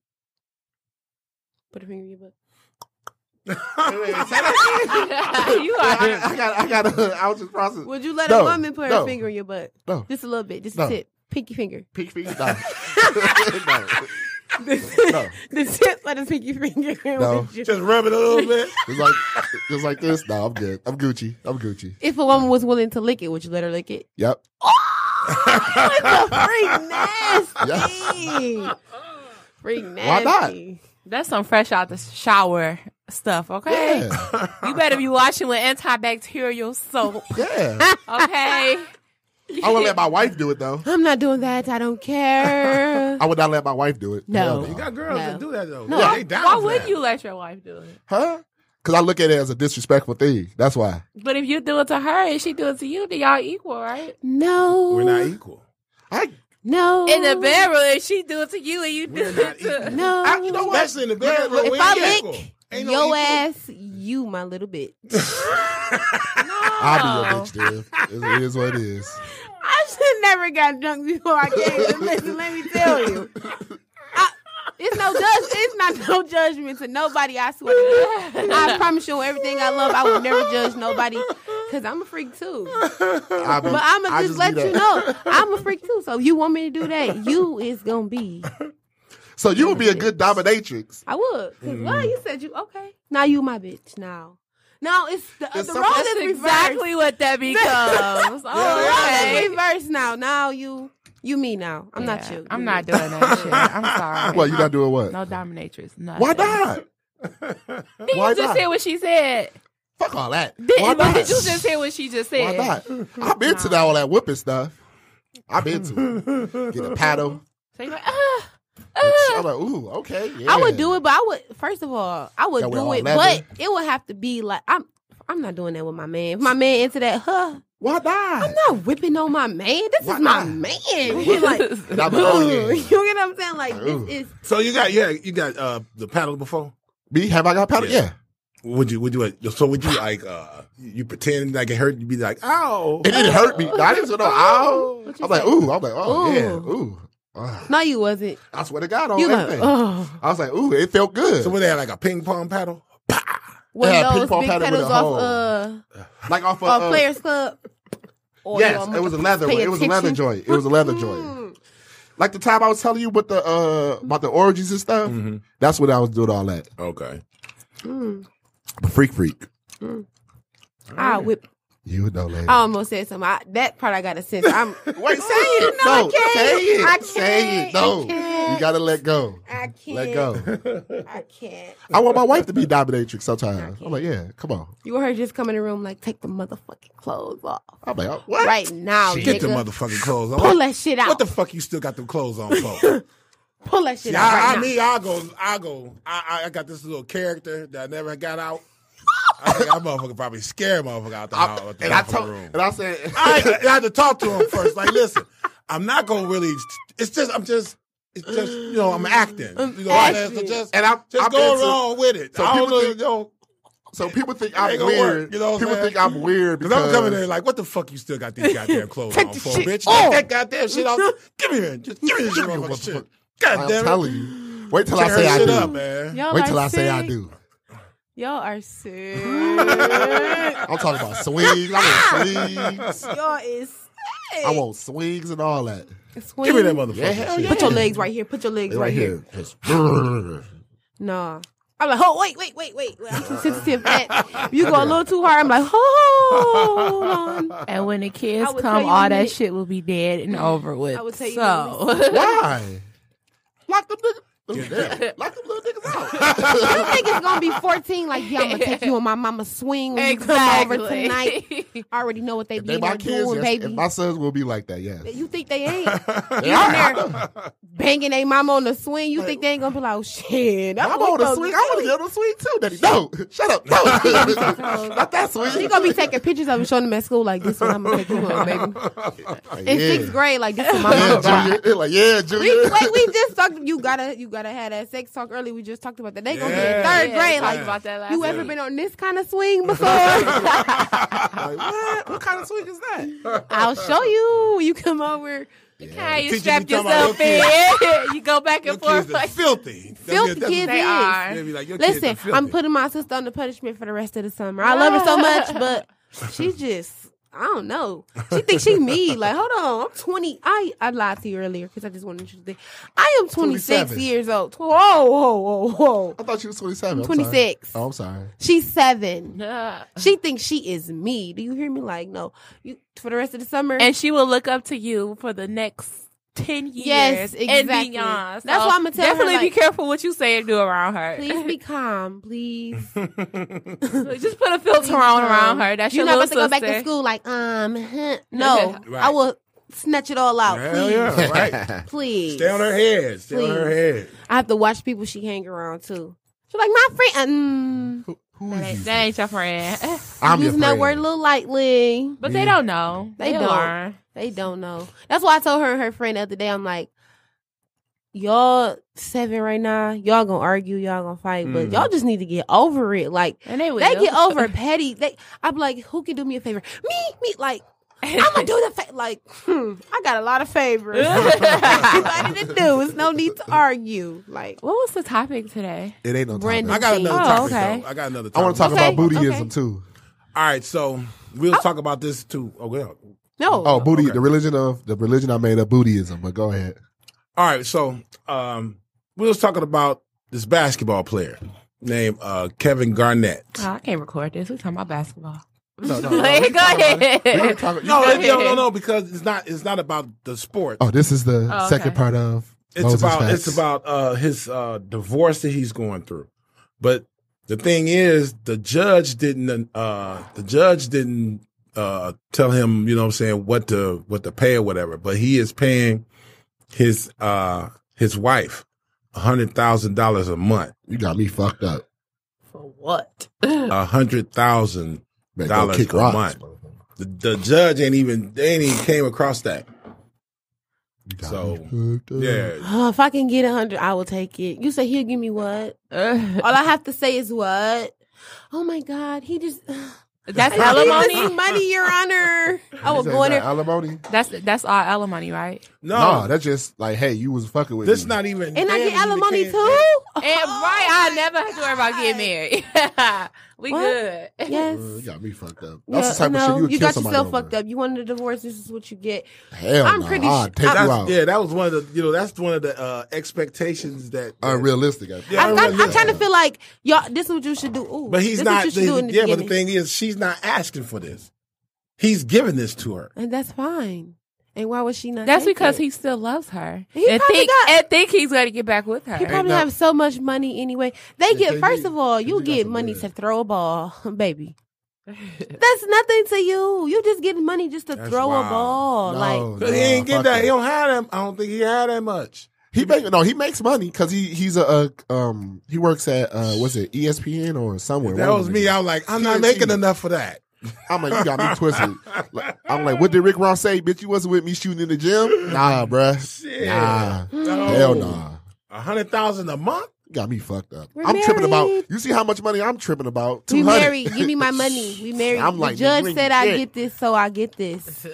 put a finger in your butt?
you
<laughs> I,
are.
I got, I got. A, I was just processing.
Would you let
No,
a woman put her
no,
finger in your butt?
No.
Just a little bit, just a
No.
tip, pinky finger.
Pink feet? <laughs> No. no.
<laughs> the tip of the pinky finger. <laughs>
No.
was just-
Just rub it a little bit.
Just like, just like this. No, I'm good. I'm Gucci. I'm Gucci.
If a woman was willing to lick it, would you let her lick it?
Yep. <laughs>
Freak nasty. Freak
Why
nasty.
not?
<laughs> That's some fresh out the shower stuff, okay?
Yeah.
You better be washing with antibacterial soap,
Yeah.
okay?
I wouldn't let my wife do it though.
I'm not doing that. I
<laughs>
don't care.
I would not let my wife do it.
No.
Hell
You got girls
No.
that do that though.
No,
yeah,
I-
they down
Why
for
would
that.
you let your wife do it?
Huh? Because I look at it as a disrespectful thing. That's why.
But if you do it to her and she do it to you, then y'all equal, right?
No.
We're not equal.
I,
No.
In the bedroom, and she do it to you and you do
We're
it
not
to
equal.
No.
I- you know what?
Especially in the bedroom.
Look,
if
we ain't
I
equal.
lick
Ain't no
your
equal.
ass, you my little bitch.
I'll be your bitch, dude. It is what it is.
I should never got drunk before I came. Listen, let me tell you. I, it's no judge. It's not no judgment to nobody. I swear.
<laughs>
To God. I promise you, everything I love, I would never judge nobody because I'm a freak too.
I be-
But I'm gonna
I
just, let
be
you
that.
know I'm a freak too. So you want me to do that? You is gonna be.
So you would be a good dominatrix.
I would. Cause
Mm-hmm.
well, you said you okay. Now you my bitch. Now, now it's the,
It's
the
some-
role
That's
is reversed.
exactly what that <laughs> becomes.
The role is
Oh, okay.
reversed now. Now you you me now. I'm not
Yeah,
you.
I'm
You
not
me.
doing that shit. I'm sorry.
Well, you're not doing what?
no dominatrix. Nothing.
Why not?
Did
Why
you just
not?
hear what she said?
Fuck all that.
Did,
Why not?
did you just hear what she just
Why
said?
not? I'm into that all that whipping stuff. I'm
<laughs>
into it. Get a paddle.
So you're like, ah,
I'm like, ooh, okay.
I would do it, but I would first of all, I would
Y'all wear
do
all
it,
leather?
but it would have to be like I'm. I'm not doing that with my man. If my man into that, huh?
Why not?
I'm not whipping on my man. This
Why
is
not?
my
Oh,
man. He <laughs> like,
<laughs> And I'm uh, an
ooh,
old
you
man.
get what I'm saying? Like
Ooh.
this is
<laughs> So you got yeah, you got uh the paddle before?
Me? Have I got paddle?
Yeah.
Yeah.
Would you would you like, so would you like uh you pretend like it hurt you be like, "Ah, ow.
It didn't hurt me. No, I didn't feel no ow.
What you
I'm like,
say?
ooh. I'm like, oh,
Ooh.
yeah. Ooh. Ah.
no, you wasn't.
I swear to God on
You like,
everything.
oh,
I was like, ooh, it felt good.
So would they have like a ping pong paddle? Bah!
one
Yeah,
of
ping
those
pong
big
paddle with
pedals
a
off
hole.
uh,
like off of
uh,
uh,
Players Club. Or Mm.
Yes,
y'all
it was a
motherfuckers
leather one.
pay
It was a leather
attention.
joint. It was a leather joint. Like the time I was telling you about the uh about the orgies and stuff. That's when I was doing all that.
Okay.
Hmm. The freak freak.
I whip.
You would know later.
I almost said something. I, that part I got to sense. I'm
Wait, say it.
No, I
No,
can't.
say it.
I can't.
Say it. No.
I can't.
You gotta let go.
I can't.
<laughs> Let go.
I can't.
I want my wife to be dominatrix sometimes. I'm like, yeah, come on.
You want her to just come in the room like take the motherfucking clothes <laughs> off
I'm like, oh, what?
right now,
Get the
nigga.
motherfucking clothes on.
Pull that shit out.
What the fuck you still got them clothes
<laughs>
on for?
Pull that shit
Yeah,
out.
I,
Right
I
now.
mean, I go, I go, I, I- I got this little character that I never got out. I think that motherfucker probably scare motherfucker out the, house, out the
and I
motherfucking
told
room.
and I
<laughs>
said
I, I had to talk to him first. Like, listen, I'm not gonna really. It's just, I'm just, it's just, you know, I'm acting. You know, what I'm saying? so
acting.
just,
And I'm-
just
I'm
go
into-
along with it.
So
I don't
people
know,
think-
you know,
so people think
ain't
I'm
gonna work,
weird.
you know what I'm
people
saying?
think I'm weird
because
because
I'm coming in like, what the fuck you still got these goddamn clothes
Take
on
the
for,
shit
bitch? Take
off.
that goddamn shit off. Give me here. Just give me this
Give me your
motherfucking
motherfucking-
shit. God
I'm
damn it.
telling you. Wait till
Tear
I say
her
I
shit up,
do.
man.
y'all
Wait
are
till I say I
sick.
do.
Y'all are sick.
I'm talking about swings. I want
<laughs>
swings.
<laughs> Y'all is
I want swings and all that.
swing.
Give me that motherfucker.
Yeah, hell yeah.
Put your legs right here. Put your legs
They
right,
right
here.
here. Just That's
Nah. I'm like, oh wait, wait, wait, wait. wait. I'm too sensitive.
<laughs>
to That you go a little too hard. I'm like,
<laughs>
hold on.
<laughs> And when the
I
kids
would tell
come,
you
all
the
that
minute-
shit will be dead and over with. <laughs>
I would tell you the
so
Why? Lock the nigga. Them damn, Lock them little niggas out.
You think it's gonna be 14? Like, yeah, I'm gonna take you on my mama's swing when you come over <laughs> tonight. I already know what
<laughs>
they
They
be
my kids,
doing,
yes,
baby.
and my sons will be like that. Yes,
you think they ain't? You in there banging they mama on the swing. You think they ain't gonna be like, oh shit?
I'm on the swing. I want to get on the swing too, Daddy. No, <laughs> shut
<laughs>
up. No, <laughs> not that swing.
She gonna be taking pictures of and showing them at school like this one. I'm gonna take you
<laughs>
on, baby.
like,
In
yeah.
sixth grade, like this one,
<laughs>
my
Yeah,
mama. got.
Junior. They're like, yeah,
We,
Junior.
wait, we just talked. You gotta, you gotta have that sex talk early. We just talked about that. They gonna be in
Yeah.
third grade.
talked
Like,
about that last
you
week.
ever been on this kind of swing before? I'll
<laughs> like, what? What kind of swing is that?
show you. when You come over.
How you
Teachers
strap
be talking about
yourself
<laughs>
in? you go back and
Your kids
forth
are
like
filthy.
Filthy kids
They
is.
are.
They be like, your kids are
Listen,
filthy.
I'm putting my sister under punishment for the rest of the summer. I love her so
<laughs>
much, but she just. I don't know. She thinks she me. Like, hold on. I'm 20. I, I lied to you earlier because I just wanted you to think. I am 26
27.
years old. Whoa, whoa, whoa, whoa.
I thought you was 27. I'm
26.
Sorry. Oh, I'm
<laughs>
sorry.
She's seven.
Nah.
She thinks she is me. Do you hear me? Like, no. You for the rest of the summer.
and she will look up to you for the next ten years
Yes,
and
exactly.
beyond.
That's
So
why I'ma tell her,
Definitely
like-
be careful what you say and do around her.
please
<laughs>
be calm, please. <laughs>
Just put a <laughs> filter on around her. That's
You're
your
not
little
about to go back to
sister.
school like, um,
<laughs>
huh. no.
Right.
I will snatch it all out.
Hell
please.
yeah, right.
Please.
<laughs> Stay on her head. Stay on her head.
I have to watch people she hang around too. She's like, my friend. Um,
Who, who is you?
That ain't your friend. <laughs>
I'm your
using that
friend.
word little lightly.
But they don't know.
They
They,
don't.
don't.
They don't know. That's why I told her and her friend the other day, I'm like, y'all seven right now, y'all gonna argue, y'all gonna fight, but
Mm.
y'all just need to get over it. Like,
And they will.
they
<laughs>
get over petty. They, I'm like, who can do me a favor? Me, me, like, I'm gonna do the fa- like. Hmm, I got a lot of favors. <laughs> Everybody to do. It's no need to argue. Like
<laughs> What was the topic today?
It ain't no
Brandon.
topic.
I got another
Oh,
topic.
okay.
Though. I got another.
I
Topic.
want to talk
Okay,
about bootyism
okay.
too.
All right, so we'll talk about this too. Oh, well.
no.
Oh, booty.
okay.
The religion of the religion I made up bootyism. But go
<laughs>
ahead.
All right, so um, we was talking about this basketball player named uh, Kevin Garnett.
Oh, I can't record this. We're talking about basketball.
No, no,
<laughs> Like, go ahead.
Talk-
No, it- no, no,
<laughs>
no, because it's not. It's not about the sport.
Oh, this is the
Oh, okay.
second part of.
it's
Moses
about
Facts.
it's about uh, his uh, divorce that he's going through. But the thing is, the judge didn't. Uh, the judge didn't uh, tell him. You know, what I'm saying what to what to pay or whatever. But he is paying his uh, his wife a hundred thousand dollars a month.
You got me fucked up.
For what?
Hmm.
A hundred thousand
Man, go
dollars
kick
a
rocks.
month. The, the judge ain't even they ain't even came across that.
You got
So,
me fucked up.
Yeah,
Oh, <sighs> if I can get a hundred, I will take it. You say he'll give me what? All I have to say is what? Oh my God, he just
<laughs>
<sighs>
that's
I need this <laughs>
alimony.
money, Your Honor. I will
Is that
go
not
in there.
alimony.
That's that's all alimony, right?
no,
No, that's just like, hey, you was fucking with
this
me.
not even.
And I
they
get
haven't even
alimony
came-
too.
And
<laughs>
right, I never have to worry about getting married. <laughs> we
What?
good.
<laughs> Yes.
Uh, you got me fucked up.
Yeah,
That's the type
no,
of shit you would
you
kill
got
somebody
yourself
over.
fucked up. You wanted a divorce. This is what you get.
Hell,
I'm
nah,
pretty
I'll
su-
take you
That's,
out.
yeah, that was one of the you know that's one of the uh, expectations that.
Oh,
that-
Unrealistic. I think.
Yeah,
I'm, I'm,
unrealistic.
trying to feel like y'all. This is what you should do. Ooh,
but he's
this
not.
What you should do in the
yeah,
beginning.
but the thing is, she's not asking for this. He's giving this to her.
and that's fine. And why was she not?
That's
take
because
it?
he still loves her.
He
and
probably
think
got-
and think he's gonna get back with her.
He probably
no-
have so much money anyway. They
Yeah,
get
they
first
do.
of all,
They
you
do got
get
some
money
bread.
to throw a ball, <laughs>
<laughs>
baby. That's nothing to you. You just getting money just to
That's
throw a
wild.
ball.
No,
Like
But he
nah,
ain't get
fuck
that. He don't have that. I don't think he had that much.
He make no. He makes money because he he's a, a um he works at uh what's it ESPN or somewhere.
That
One
was
of
me.
them.
I was like, I'm not
TNT.
making enough for that.
I'm like, you got me
<laughs>
twisted. Like, I'm like, what did Rick Ross say? Bitch, you wasn't with me shooting in the gym. Nah, bruh.
Shit.
Nah,
mm,
No.
hell nah.
A hundred thousand a month.
You got me fucked up.
We're
I'm tripping about.
married.
You see how much money I'm tripping about?
we
Two
married.
hundred.
Give me
<laughs>
my money. We married.
I'm
the
like, you
judge
ain't
said I
shit.
get this, so I get this.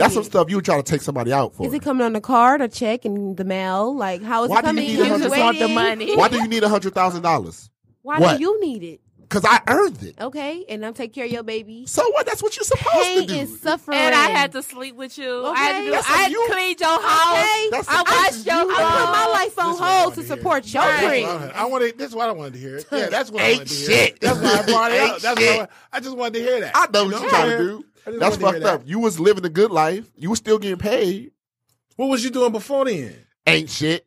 <laughs> That's some stuff you would try to take somebody out for.
Is it coming on a card, a check, and the mail? Like how is
Why
it
do you
coming?
need a
You
hundred
just
want the
waiting?
money?
Why do you need a hundred thousand dollars?
Why
What?
do you need it?
Because I earned it.
Okay, and I'm take care of your baby.
So what? That's what you're supposed to
Pain
do.
is suffering.
And I had to sleep with you. I had to
Okay.
do.
That's a
I had
you-
to clean your house.
Okay.
That's
I
a- that's
washed your
you.
I put my
Oh,
life on
this is what I
hold to
wanted to
support your
Right.
That's
dream.
what I wanted- I wanted. That's what I wanted to
<laughs>
hear. Yeah, that's what I
Ain't
wanted to hear.
shit.
That's why I brought it
<laughs> Ain't
up. That's
shit.
why I, I just wanted to hear that.
I know what
You
you're trying to
I
do.
just
That's
wanted to hear
fucked
that.
up. You was living a good life. You was still getting paid.
What was you doing before then?
Ain't shit.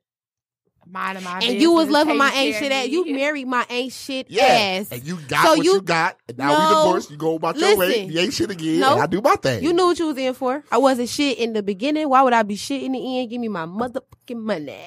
Minding my
and you was
business,
loving my
taking
ain't
care
shit
of
ass.
me.
You married my ain't shit
Yeah.
ass.
And you got
So
what you,
you-
got. And now we
No.
divorced. You go about your way.
Listen.
You ain't shit again.
No.
And I do my thing.
You knew what you was in for. I wasn't shit in the beginning. Why would I be shit in the end? Give me my motherfucking money.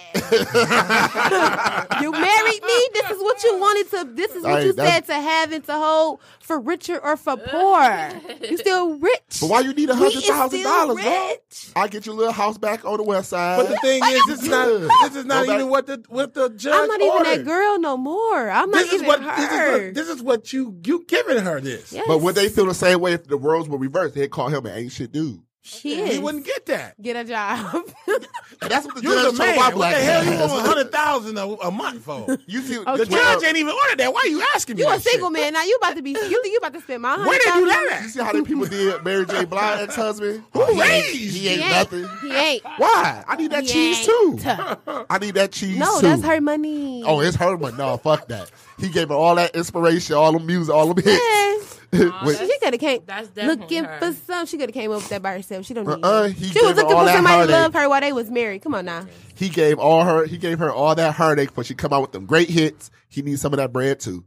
<laughs>
<laughs> you married me. This is what you wanted to. This is what
Hey,
you said
that's-
to have and to hold for richer or for poor. You still rich.
But why you need a
We is
hundred thousand
still
dollars, bro?
rich.
I get your little house back on the west side.
But the thing is, this is not this is not
Nobody-
even what the what the judge
I'm not even
ordered.
that girl no more. I'm not
This is
even
what this is
her.
what this is what you you giving her this.
Yes.
But would they feel the same way if the worlds were reversed? They'd call him an ain't shit dude.
She
He
is.
wouldn't get that.
Get a job. <laughs>
And that's what the
You're
judge
the
told
man.
my
What
black
the hell you
ass.
<laughs> want one hundred thousand a month for?
You see,
<laughs>
uh,
Okay.
the
Judge
judge
ain't even ordered that. Why are you asking me?
you a
that shit?
single man now. You about to be. You think you about to spend my
Where they
hundred
do
thousand?
that
You
at?
see how them people did Mary J. Blige ex husband?
Who
he ain't,
raised
he ain't
He
nothing.
He ain't.
Why? I need that
He
cheese too.
ain't. <laughs>
I need that cheese
No,
too.
that's her money.
Oh, it's her money. No, fuck that. He gave her all that inspiration, all the music, all the hits.
Yeah.
<laughs> When-
that's-
She could have came
That's definitely
looking
her.
for some. She could have came up with that by herself. She don't need.
Uh-uh,
it.
he
she
gave
was
her
looking
all
for
that
somebody
heartache.
who loved her while they was married. Come on now.
he gave all her. He gave her all that heartache, but she come out with them great hits. He needs some of that bread too.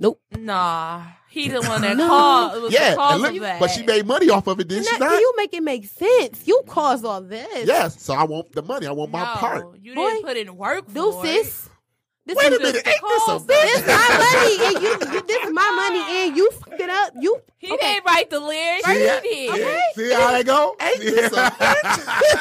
Nope.
Nah, he the one that called. It was
Yeah,
the cause
and
of
look,
that.
but she made money off of it, did
Now,
she not?
you make it make sense. You caused all this.
Yes. So I want the money. I want my
No,
part.
You
Boy.
didn't put in work for it.
Deuces. This
Wait
is
a minute.
the
Ain't this a
cause.
bitch?
This my money, and you, you. This is my money, and you fucked it up. You.
He didn't write the lyrics. He
Yeah.
did.
Yeah. See how they go?
<laughs> Ain't
Yeah.
this a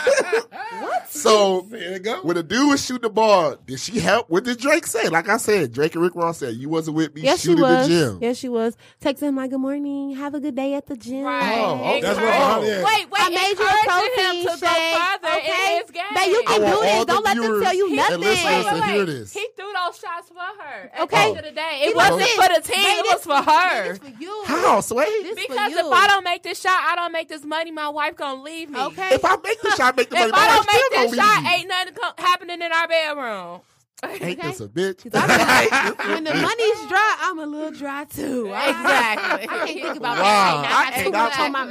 <laughs> So
There you go.
when the dude was shooting the ball, did she help? What did Drake say? Like I said, Drake and Rick Ross said, "You wasn't with me
Yes, she
shooting the
was.
gym."
Yes, she was. Texting him like, "Good morning. Have a good day at the gym."
Right.
Oh, okay.
That's what
Oh.
I'm yeah.
Wait, wait.
I made you a
encouraging
protein
him to
shake.
go farther
okay,
in his game.
Babe, you
I
can
want
do
all
this.
the
Don't let them
viewers
tell you
and
nothing.
listeners to hear this.
He threw those shows for her. At
Okay.
the end of the day, it
He
wasn't
wasn't.
for the team.
Babe,
it
this
was for her.
This for you.
How, Sway?
This for
Because
you.
if I don't make this shot, I don't make this money. My wife gonna leave me.
Okay.
If I make the shot,
<laughs>
make the money.
If
my wife still
I don't make this
gonna leave
shot,
me.
ain't nothing co- happening in our bedroom.
Ain't
Okay.
this a bitch?
'Cause I'm like, when the money's dry, I'm a little dry too. <laughs>
Exactly.
I can't think about
Wow.
that.
I
right now. I got
ain't
too much on my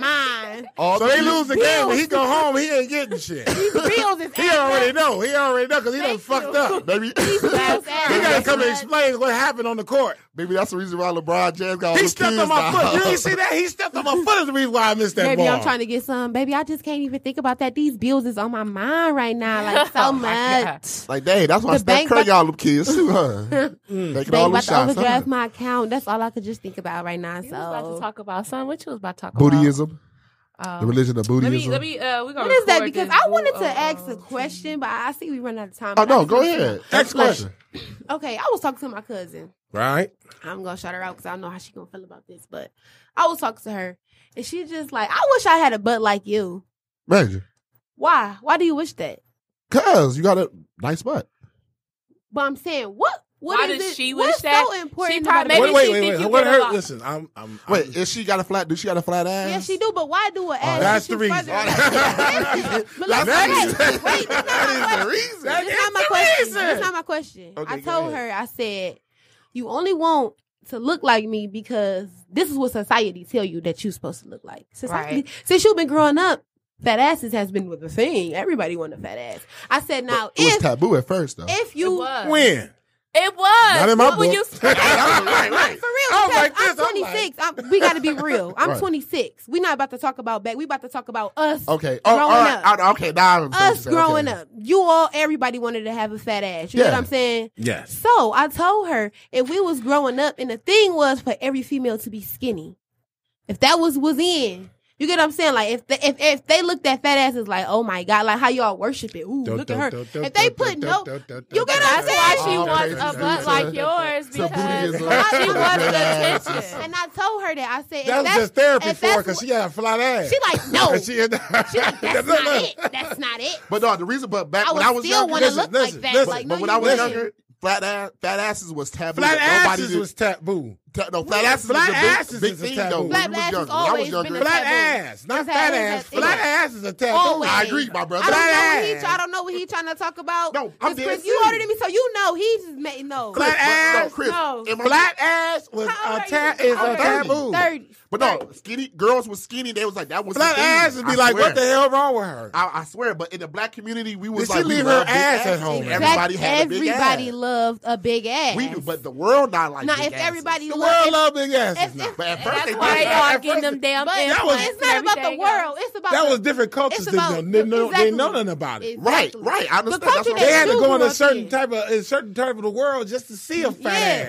mind.
All
So
the
they lose the
bills.
game. When he <laughs> go home, he ain't getting shit.
Bills is
<laughs> He already know. He already know because he done
Thank
fucked
you.
<laughs>
up.
<laughs>
Maybe, <laughs>
He
ass.
gotta
That's
come and
what-
explain what happened on the court.
maybe that's the reason why LeBron James got all
He
the
stepped on
kids
my
now.
foot. You ain't see that? He stepped on my foot. Is the reason why I missed that
Baby,
ball.
I'm trying to get some. Baby, I just can't even think about that. These bills is on my mind right now,
<laughs>
like
Oh
so much.
Like, dang, that's why
The
Steph
bank
Curry
bu- Mm.
got all them kids too,
<laughs>
huh? Taking
Baby,
all them
about to
shots. huh?
overdraft my account. That's all I could just think about right now.
You was about to
So
talk about son. What you was about Oh. to talk about?
Buddhism,
Oh.
the religion of Buddhism.
Let me, let me, uh, we're gonna
what is that?
record
Because
this.
I wanted to
We'll, uh,
ask a question, but I see we run out of time.
oh
But I
no,
just
go
wanted to-
ahead.
Next question.
Okay, I was talking to my cousin.
Right?
I'm gonna shout her out because I don't know how she gonna feel about this, but I was talking to her and she just like, I wish I had a butt like you.
Major.
Why? Why do you wish that?
Cause you got a nice butt.
But I'm saying, what? What
Why
is
does
it-
she
what's
wish that?
So important.
She
about
probably-
a
Maybe
wait,
butt?
wait,
she
wait,
think
wait.
you
What
get a
her?
lot.
Listen, I'm. I'm
Wait,
I'm-
is she got a flat? Do she got a flat ass? <laughs>
Yeah, she do, but why do an ass?
that's
She's
the reason.
further away. But look,
That is-
wait, wait, that's not
<laughs>
my
that is the
question.
reason.
That
That's
is
not my
the
question.
reason.
That's not my question.
Okay,
I
go
told
ahead.
her, I said, you only want to look like me because this is what society tell you that you're supposed to look like. Society,
Right.
Since you've been growing up, fat asses has been with the thing. Everybody want a fat ass. I said, now,
It was
if,
taboo at first though.
if
It
you...
was.
When?
It was.
Not in my
What would
book.
you
Right,
Not
right.
for
I was
real. Because
like
I'm
this, I'm like-
26. I'm we got to be real. I'm
Right.
26. We're not about to talk about back. We about to talk about us.
Okay. Oh,
growing
all right.
up.
Oh, okay. Now I'm
Us
okay.
growing up. You all, everybody wanted to have a fat ass. You know
Yeah.
what I'm saying?
Yes.
So I told her if we was growing up and the thing was for every female to be skinny. If that was was in. You get what I'm saying? Like if the, if if they looked at fat asses like, oh my god, like how y'all worship it. Ooh, look at her. If they put no, you get what I'm
<laughs>
That's why
saying?
she
Oh,
wants
okay.
a butt like yours
So
because
booty
she
is
wants
like-
the attention.
And I told her that I said, if
That was
that's-
just therapy
if
for her
that's
because
what-
she had a flat ass.
She like,
<laughs>
no.
And she, had-
That's not it. That's not it.
But no, the reason. But back
I
when
would
I was
still
younger,
wanna
listen,
look
listen,
like that.
But,
Like,
but
no,
when I
you
was
wouldn't.
younger, flat ass, fat asses was taboo.
Flat
Nobody
asses
did-
was taboo.
Ta- no, flat asses
Flat
is a big,
asses
big
is a
thing though.
taboo.
When
Flat
we was
ass
younger,
has
when I was
always been
younger.
a
Flat
taboo.
ass, not
It's a-
fat
it's a-
ass. Flat
it's a-
ass is a tattoo.
Always.
I agree, my brother.
I don't, know
Flat
what he,
ass.
I don't know what he trying to talk about.
No, I'm
'Cause
dead
Chris, you
serious.
older than me, so you know he just made no.
But-
Flat
but-
ass.
No, Chris.
No.
in my-
Flat ass was
How old
a
are
ta-
you?
is a
I'm
thirty.
taboo.
Thirty.
But no, skinny girls were skinny. They was like that was
Flat
the
ass
thing.
would be
I
like, what the
swear.
hell wrong with her?
I, I swear, but in the black community, we was
Did she
like, we
leave
love
her
big
ass at
asses.
home?
Everybody had a big
everybody
ass.
loved a big ass.
We do, but the world not like
now
big
if
asses.
everybody
The
loved,
world love big
if,
asses.
if,
But at first <laughs>
That's
they
why
did.
they
At
all
first
getting
they-
them damn
but
That was-
implants
it's not
and
about the
everything
world.
else.
It's about
That
the-
was different cultures.
It's
They
about-
know- they know they
exactly.
know nothing about it.
Right,
Exactly.
right. I understand.
The
That's
culture
what
that
I'm
They had to
you
go in
grew
a
up
certain
in.
type of a certain type of the world just to see a fat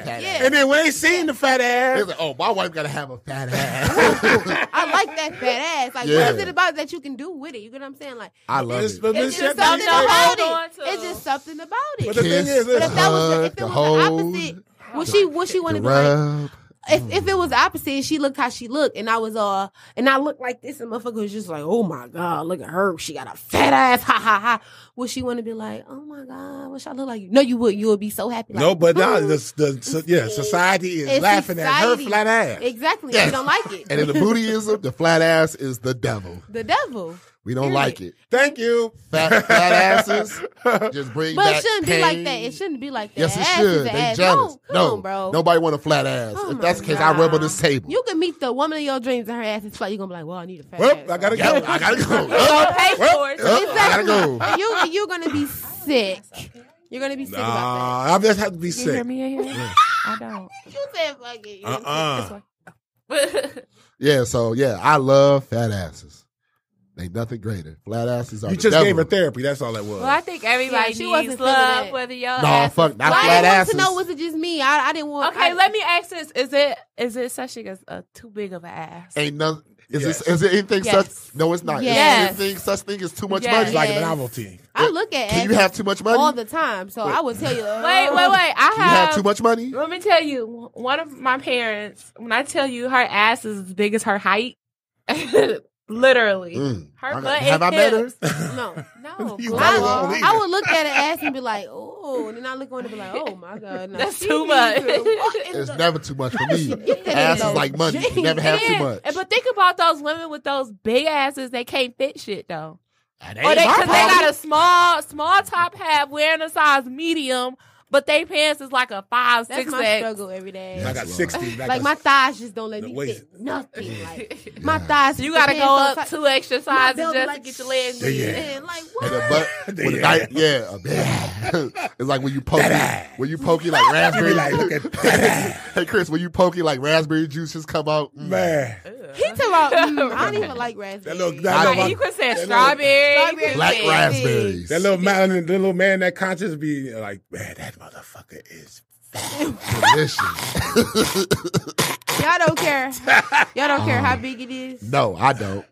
Yeah,
ass.
yeah.
And then when they seen the fat
They
ass,
was like, oh, my wife gotta have a fat ass.
I like that fat ass. Like,
Yeah.
what is it about that you can do with it? You get what I'm saying? Like,
I love
It's-
it.
but
it's
this shit-
just something
Something to
about
hold on
it.
to.
It's just something about
But
it.
the thing is,
But if that was the,
hug,
if
the
that was
hold,
the opposite, would she would she want
the
to be like?
rub.
If, if it was the opposite, she looked how she looked, and I was uh, and I looked like this, and motherfucker was just like, oh my god, look at her, she got a fat ass, ha ha ha. Would she want to be like, oh my god, wish I look like you? No, you would. You would be so happy. Like,
no, but now
"Hmm."
the, the so- yeah, society is
It's
laughing at her
society.
flat ass.
Exactly,
Yes.
we don't like it.
And in the bootyism, the flat ass is the devil.
the devil.
We don't
Period.
like it.
Thank you.
Fat, fat
<laughs>
asses just bring
But
back
it shouldn't
pain.
be like that. It shouldn't be like that.
Yes, it
Ass is
should.
an
They
ass.
jealous.
No, come
no,
on, bro.
nobody want a flat ass.
Oh
if
my
that's the case, I rub on this table.
You can meet the woman of your dreams and her ass is flat. You're gonna be like, well, I need a fat ass.
Well, I gotta
Yep,
go.
I gotta go.
Don't
Up,
pay for it.
up, I gotta go.
And you and you're gonna be sick. You're gonna be sick
<laughs>
about
Nah, I just have to be
You hear
sick.
me in here? I don't.
that. You said fuck it. You
Uh
gonna
uh
Yeah, so yeah, I love fat asses. Ain't nothing greater. Flat asses are.
You
the
just
devil.
gave her therapy. That's all that was.
<laughs> Well, I think everybody
Yeah, she wasn't
needs
feeling
love,
it.
whether your
Nah,
ass.
fuck, not
Well, I
flat
didn't want
asses.
to know was it just me. I, I didn't want.
Okay,
I,
let me ask this: Is it is it Sashi is uh, too big of an ass?
Ain't nothing. Is
Yes.
this? Is it anything
Yes.
such? No, it's not. Is there
Yes.
anything such thing as too much
Yes.
money?
it's like
Yes.
a
<laughs>
novelty.
I look at
Can
ass
you have too much money?
all the time, so I would tell you. uh,
<laughs> Wait, wait, wait! I
Can you have too much money?
Let me tell you, one of my parents, when I tell you her ass is as big as her height, <laughs> literally.
Mm.
Her
I got-
butt
have I
and
met her?
Oh,
<laughs>
hips.
No,
<laughs>
no.
You
I,
probably won't
I
either.
would look at an ass and be like, oh, and then I look on it and be like, oh my god, no.
That's
She
too
needs <laughs>
much.
to- what is
It's
the-
never too much for
<laughs>
me.
get that
Ass
in
is
those
like money. You
jeans?
never have too
Yeah,
much.
and- But think about those women with those big asses. They can't fit shit though.
That
or
ain't
they
my
because they
problem.
got a small small top hat wearing a size medium, but they pants is like a five
That's
six
my
X.
struggle every day.
I got sixty. I got-
Like my thighs just don't let
The
me
waist. <laughs>
fit nothing. Like
<laughs>
my thighs.
You gotta
depends
go
on
up
si-
two extra
my
sizes
belt
just
be
to get your legs.
Yeah,
in.
yeah.
And like
And
what?
the
<laughs>
butt, with
Yeah.
a knife, yeah, a bit. <laughs> it's like when you poke, it, when you poke
<laughs>
it like raspberry.
Be like, look
<laughs>
at that.
<laughs> hey Chris, when you poke it like raspberry juice just come out. Mm.
man.
He talking about. mm, I don't even like raspberry.
That little-
I
that
know
Like,
my-
you could say
little-
strawberry, you
Strawberry.
could
Black
say-
raspberries.
That little man, that little man, that conscience be like, man, that motherfucker is.
delicious.
Y'all don't care.
<laughs>
Y'all don't care how big it is.
no, I don't.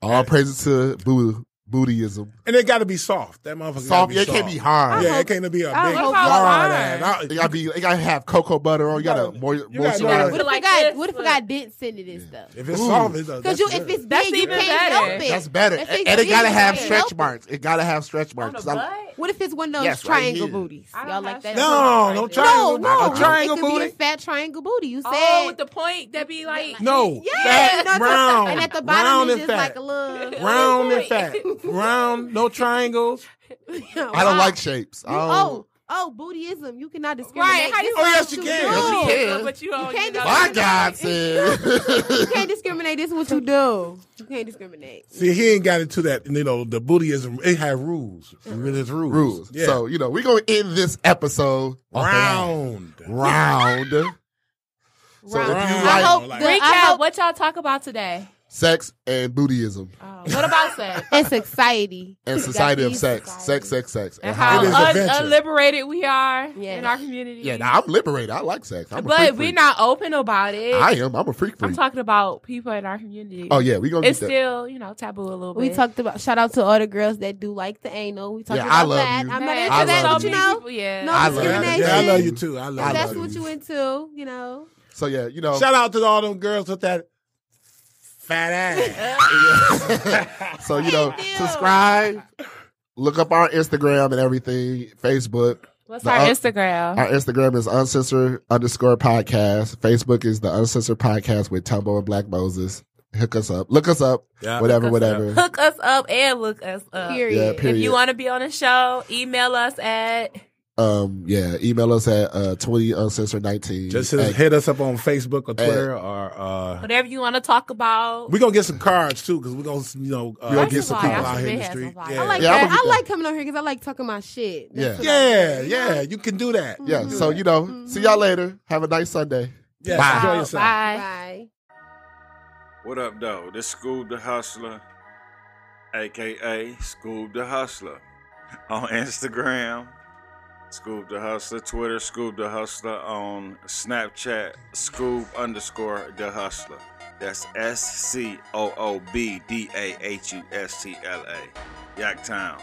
All praises to Buddha, Buddhism.
And it got to be soft. That motherfucker.
Soft,
gotta
yeah,
be
it can't be hard.
Yeah,
hope-
it can't be a big
I
hard
hope
it's
ass. I-
It gotta be. It gotta have cocoa butter on. You gotta
gotta-
moi-
you gotta know
moisturize.
how
What
it.
if I
Like
got?
this,
What if I
look.
got dents into this stuff?
If it's
Ooh.
soft, it's a-
Because
that's
you,
good.
if it's
That's
big, you
even
can't help
better.
it.
That's better,
If
and it
big,
gotta
you
have
can't
stretch
help it.
marks. It gotta have stretch marks.
On the
I-
butt?
What if it's one of those
Yes, right
triangle
here.
booties?
I don't
Y'all
have
like that?
stretch
no, no
No,
triangle,
no,
a triangle
it could
booty.
be a fat triangle booty. You said
Oh, with the point that be like
no,
Yeah,
fat,
you know what I'm
round,
saying? and at the
round
bottom it's
and
just
fat,
like a little. <laughs>
round and
Wait.
fat, round, no triangles.
Oh,
I don't like shapes. I don't,
Oh, oh, bootyism. You cannot discriminate.
Right, how
This
you- Oh,
yes,
is
you
what
can.
do.
Yes, you can.
But you, don't,
can't
you know,
My
<laughs>
God, said.
You can't discriminate. This is what you do. You can't discriminate.
See, he ain't got into that. You know, the Buddhism it had rules. There's rules.
rules.
Yeah.
So you know we're gonna end this episode off
round.
the round. So if you
Round.
like
I hope
like-
the, I
Recap
hope-
what y'all talk about today. Oh,
sex and Buddhism
what about sex?
and <laughs> society.
and society of
these
sex, sex, sex, sex,
And how
It is
un-
adventure.
unliberated we are
Yes.
in our community.
Yeah, now I'm liberated. I like sex. I'm a
but
freak
we're
freak.
not open about it.
I am. I'm a freak
I'm
freak.
talking about people in our community.
oh yeah, we gonna
it's
get that.
still, you know, taboo a little bit.
We talked about shout out to all the girls that do like the anal. We talked
Yeah,
about
I love
that.
you.
I'm not
Man,
into
I
that,
love
but you
you.
know,
People, yeah.
No
I love you.
discrimination.
Yeah, I love you too. I love.
I
If
you.
that's
love
what
you.
you into, you know.
so yeah, you know.
Shout out to all them girls with that fat <laughs> ass.
so you know,
Thank you.
subscribe. Look up our Instagram and everything, Facebook,
What's
The
our
un-
Instagram?
Our Instagram is uncensored underscore podcast. Facebook is the uncensored podcast with Tumbo and Black Moses. Hook us up. Look us up.
Yeah.
whatever,
Hook us
whatever.
<laughs> Hook us up and look us up.
Period.
Yeah,
If
Period.
you want to be on the show, email us at
Um, yeah. Email us at uh, 20 uncensored 19.
Just hit,
at,
us- hit us up on Facebook or Twitter or uh,
whatever you want to talk about.
we're gonna get some cards too because we're gonna you know uh,
We're gonna
get
get some
some
people
people
out
out
here
here in
in the
the
street.
street.
I
I like
Yeah, I'm
that.
gonna
I
do
like coming on here because I like talking my shit. That's
Yeah.
what
yeah,
I like.
yeah, you can do that.
yeah. So, you know, see y'all later. Have a nice Sunday.
Yes,
Bye.
enjoy
Bye.
yourself.
Bye.
What up, though? This Scoob the Hustler, aka Scoob the Hustler, <laughs> on Instagram, Scoob the Hustler, Twitter, Scoob the Hustler, on Snapchat, Scoob underscore the Hustler. That's S C O O B D A H U S T L A. Yak Town.